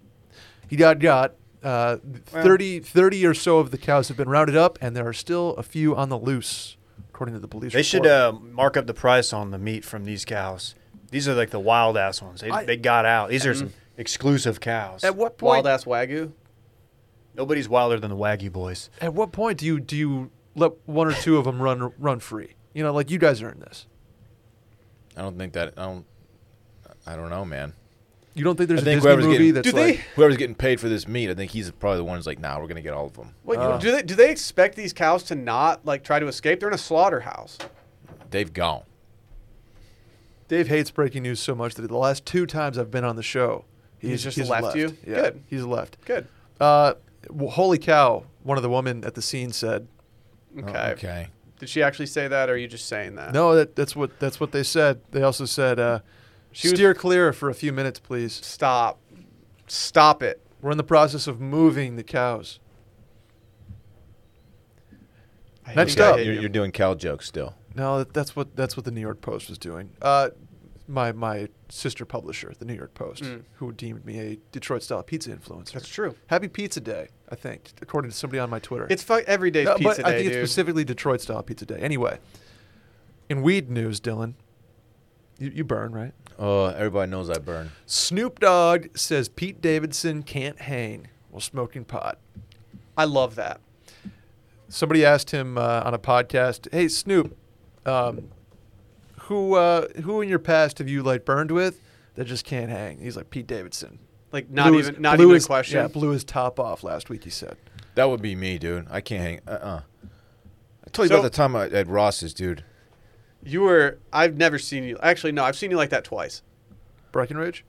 he got got. Uh, 30, 30 or so of the cows have been rounded up, and there are still a few on the loose, according to the police. (laughs) They report. should uh, mark up the price on the meat from these cows. These are like the wild ass ones. They, I- they got out. These are some exclusive cows. At what point? Wild ass wagyu. Nobody's wilder than the Wagyu boys. At what point do you do you let one or two of them run run free? You know, like you guys earned this. I don't think that. I don't. I don't know, man. You don't think I there's a think Disney whoever's movie getting- that's Do they- like Whoever's getting paid for this meat, I think he's probably the one who's like, "Nah, we're gonna get all of them." Wait, do they do they expect these cows to not like try to escape? They're in a slaughterhouse. They've gone. Dave hates breaking news so much that the last two times I've been on the show, he's, just left you? Yeah, Good. He's left. Good. Uh, w- holy cow! One of the women at the scene said, Oh, Okay. Oh, Okay. Did she actually say that, or are you just saying that? "No, that, that's what that's what they said." They also said, uh, She was- "Steer clear for a few minutes, please. Stop. Stop it. We're in the process of moving the cows." I hate Next you. I up. hate You're, you. you're doing cow jokes still. No, that- that's what that's what the New York Post was doing. Uh, my my sister publisher, the New York Post, who deemed me a Detroit style pizza influencer. That's true. Happy Pizza Day, I think, according to somebody on my Twitter. It's fu- every day's No, pizza but day, I think dude. it's specifically Detroit style Pizza Day. Anyway, in weed news, Dylan, you, you burn right? Oh, everybody knows I burn. Snoop Dogg says Pete Davidson can't hang while smoking pot. I love that. Somebody asked him uh, on a podcast, "Hey Snoop, um, who uh, who in your past have you like burned with that just can't hang?" He's like Pete Davidson. Like not Blew even his- not blew even his- a question. Yeah, blew his top off last week. He said, That would be me, dude. I can't hang. Uh. uh I told you So- about the time I, at Ross's, dude. You were. I've never seen you. Actually, no. I've seen you like that twice. (laughs) "Breckenridge,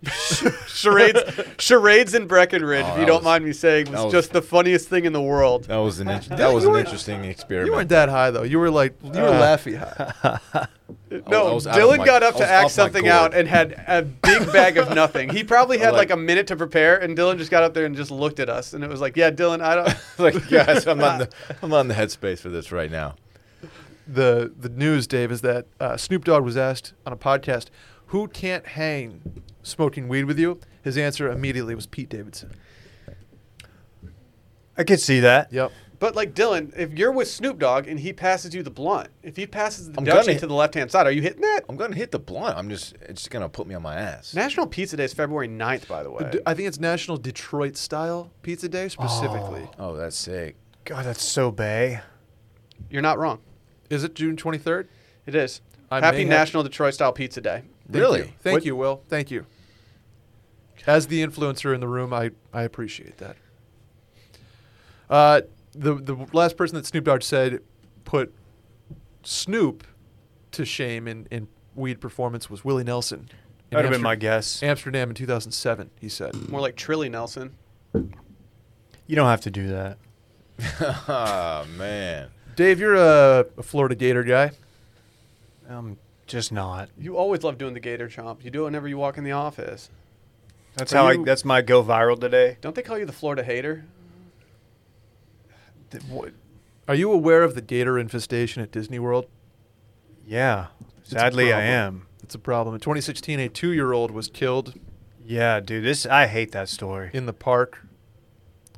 Charades, charades in Breckenridge. Oh, if you that don't was- mind me saying, was, that was- just the funniest thing in the world. That (laughs) was an int- that was an interesting experiment. you weren't that high though. You were like you were Laffy high. (laughs) No, I was out of Dylan my- got up I was to off act my something gourd. out and had a big bag of nothing. (laughs) He probably had like, Like- a minute to prepare, and Dylan just got up there and just looked at us, and it was like, "Yeah, Dylan, (laughs) I don't." (laughs) like, guys, I'm on the (laughs) I'm on the headspace for this right now. The the news, Dave, is that uh, Snoop Dogg was asked on a podcast, "Who can't hang smoking weed with you?" His answer immediately was Pete Davidson. I could see that. Yep. But like Dylan, if you're with Snoop Dogg and he passes you the blunt, if he passes the I'm Dutchie gonna- to the left hand side, are you hitting that? I'm gonna hit the blunt. I'm just it's just gonna put me on my ass. National Pizza Day is February 9th, by the way. D- I think it's National Detroit Style Pizza Day specifically. Oh, that's sick. God, that's so bay. You're not wrong. Is it June 23rd? It is. I may Happy have- National Detroit Style Pizza Day. Thank You. Really? (laughs) Thank you, Will. Thank you. As the influencer in the room, I, I appreciate that. Uh, the the last person that Snoop Dogg said put Snoop to shame in, in weed performance was Willie Nelson. in That'd have been Amster- my guess. Amsterdam in 2007, he said. More like Trilly Nelson. You don't have to do that. oh man. Dave, you're a, a Florida Gator guy. Um, just not. You always love doing the gator chomp. You do it whenever you walk in the office. That's Are how you- I. That's my go viral today. Don't they call you the Florida hater? Are you aware of the gator infestation at Disney World? Yeah. a Sadly, I problem. am. It's a problem. In 2016, a two year old was killed Yeah, dude. This I hate that story. in the park,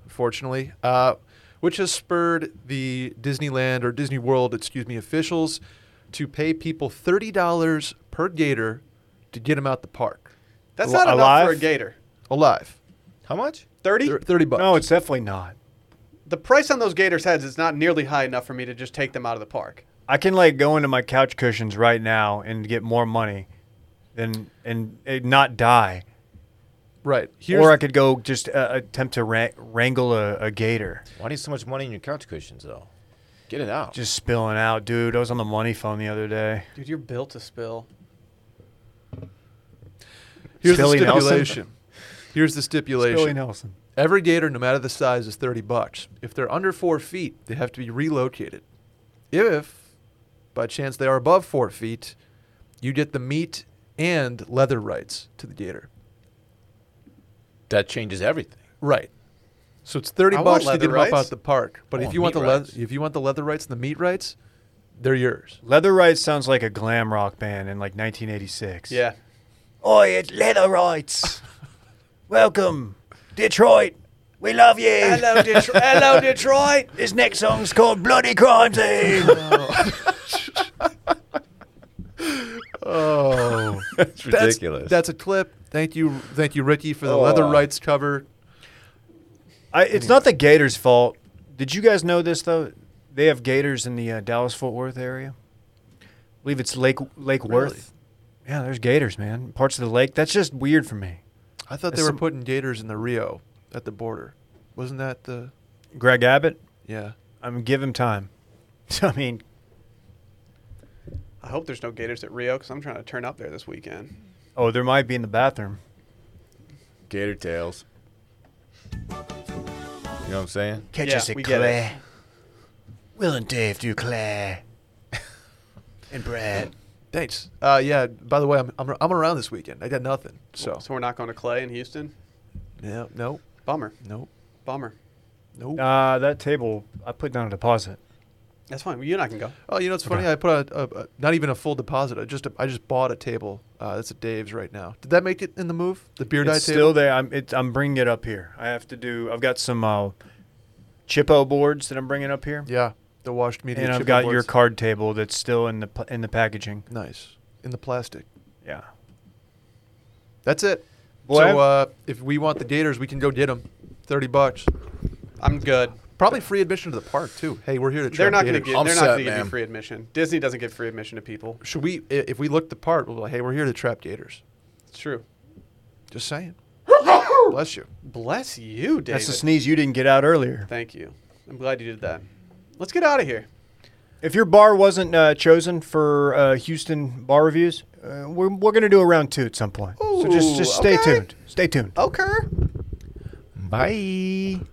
unfortunately, uh, which has spurred the Disneyland or Disney World, excuse me, officials to pay people $30 per gator to get him out the park That's Al- not enough for a alive? gator. alive. How much? 30? Thir- 30 bucks. No, it's definitely not. The price on those gators' heads is not nearly high enough for me to just take them out of the park. I can like go into my couch cushions right now and get more money than and, and not die. right. Here's, or I could go just uh, attempt to wra- wrangle a, a gator. Why do you have so much money in your couch cushions though? Get it out. Just spilling out, dude. I was on the money phone the other day. Dude, you're built to spill. Here's the Billy Nelson? stipulation. Here's the stipulation. Nelson. Every gator, no matter the size, is 30 bucks. If they're under four feet, they have to be relocated. If, by chance, they are above four feet, you get the meat and leather rights to the gator. That changes everything. Right. So it's 30 I want bucks to get leather them up rights. out the park. I But if want you want the meat leather, rights. if you want the leather rights and the meat rights, they're yours. Leather Rights sounds like a glam rock band in like 1986. Yeah. Oi, it's Leather (laughs) Rights. Welcome, Detroit. We love you. Hello, Detroit. Hello, Detroit. This next song's called Bloody Crime Scene. (laughs) (laughs) Oh. It's ridiculous. That's, a clip. Thank you, thank you, Ricky, for the leather Oh. rights cover. I, it's not the Gators' fault. Did you guys know this though? They have Gators in the uh, Dallas Fort Worth area. I believe it's Lake Lake Worth. Yeah, there's Gators, man. Parts of the lake. That's just weird for me. I thought That's they were some- putting gators in the Rio at the border. Wasn't that the Greg Abbott. yeah? I'm give him time. (laughs) I mean, I hope there's no Gators at Rio because I'm trying to turn up there this weekend. oh, there might be in the bathroom. Gator tails. You know what I'm saying? Catch Yeah, we get it. Will and Dave do Claire. and Brad. Thanks. Uh, yeah. By the way, I'm, I'm I'm around this weekend. I got nothing. So so we're not going to Clay in Houston. yeah. No. Bummer. No. Bummer. No. Uh, that table, I put down a deposit. That's fine. You and I can go. oh, you know it's funny. I put a, a, a not even a full deposit. I just I just bought a table. Uh, that's at Dave's right now. Did that make it in the move? The beard It's eye still table. there. I'm, it, I'm bringing it up here. I have to do. I've got some uh, Chippo boards that I'm bringing up here, yeah. The washed media. and I've chipping got your boards. card table that's still in the pa- in the packaging. Nice in the plastic. Yeah. That's it. Boy, I've- so uh, if we want the gators, we can go get them. Thirty bucks. I'm good. Probably free admission to the park too. Hey, we're here to. They're trap not going to gators. give. I'm They're not set, going to give you ma'am. free admission. Disney doesn't give free admission to people. Should we? i- If we look the part, we'll be like, hey, we're here to trap gators. It's true. Just saying. Bless you. Bless you, David. That's the sneeze you didn't get out earlier. Thank you. I'm glad you did that. Let's get out of here. If your bar wasn't uh, chosen for uh, Houston bar reviews, uh, we're, we're going to do a round two at some point. so just Ooh, just stay okay. tuned. Stay tuned. Okay. Bye.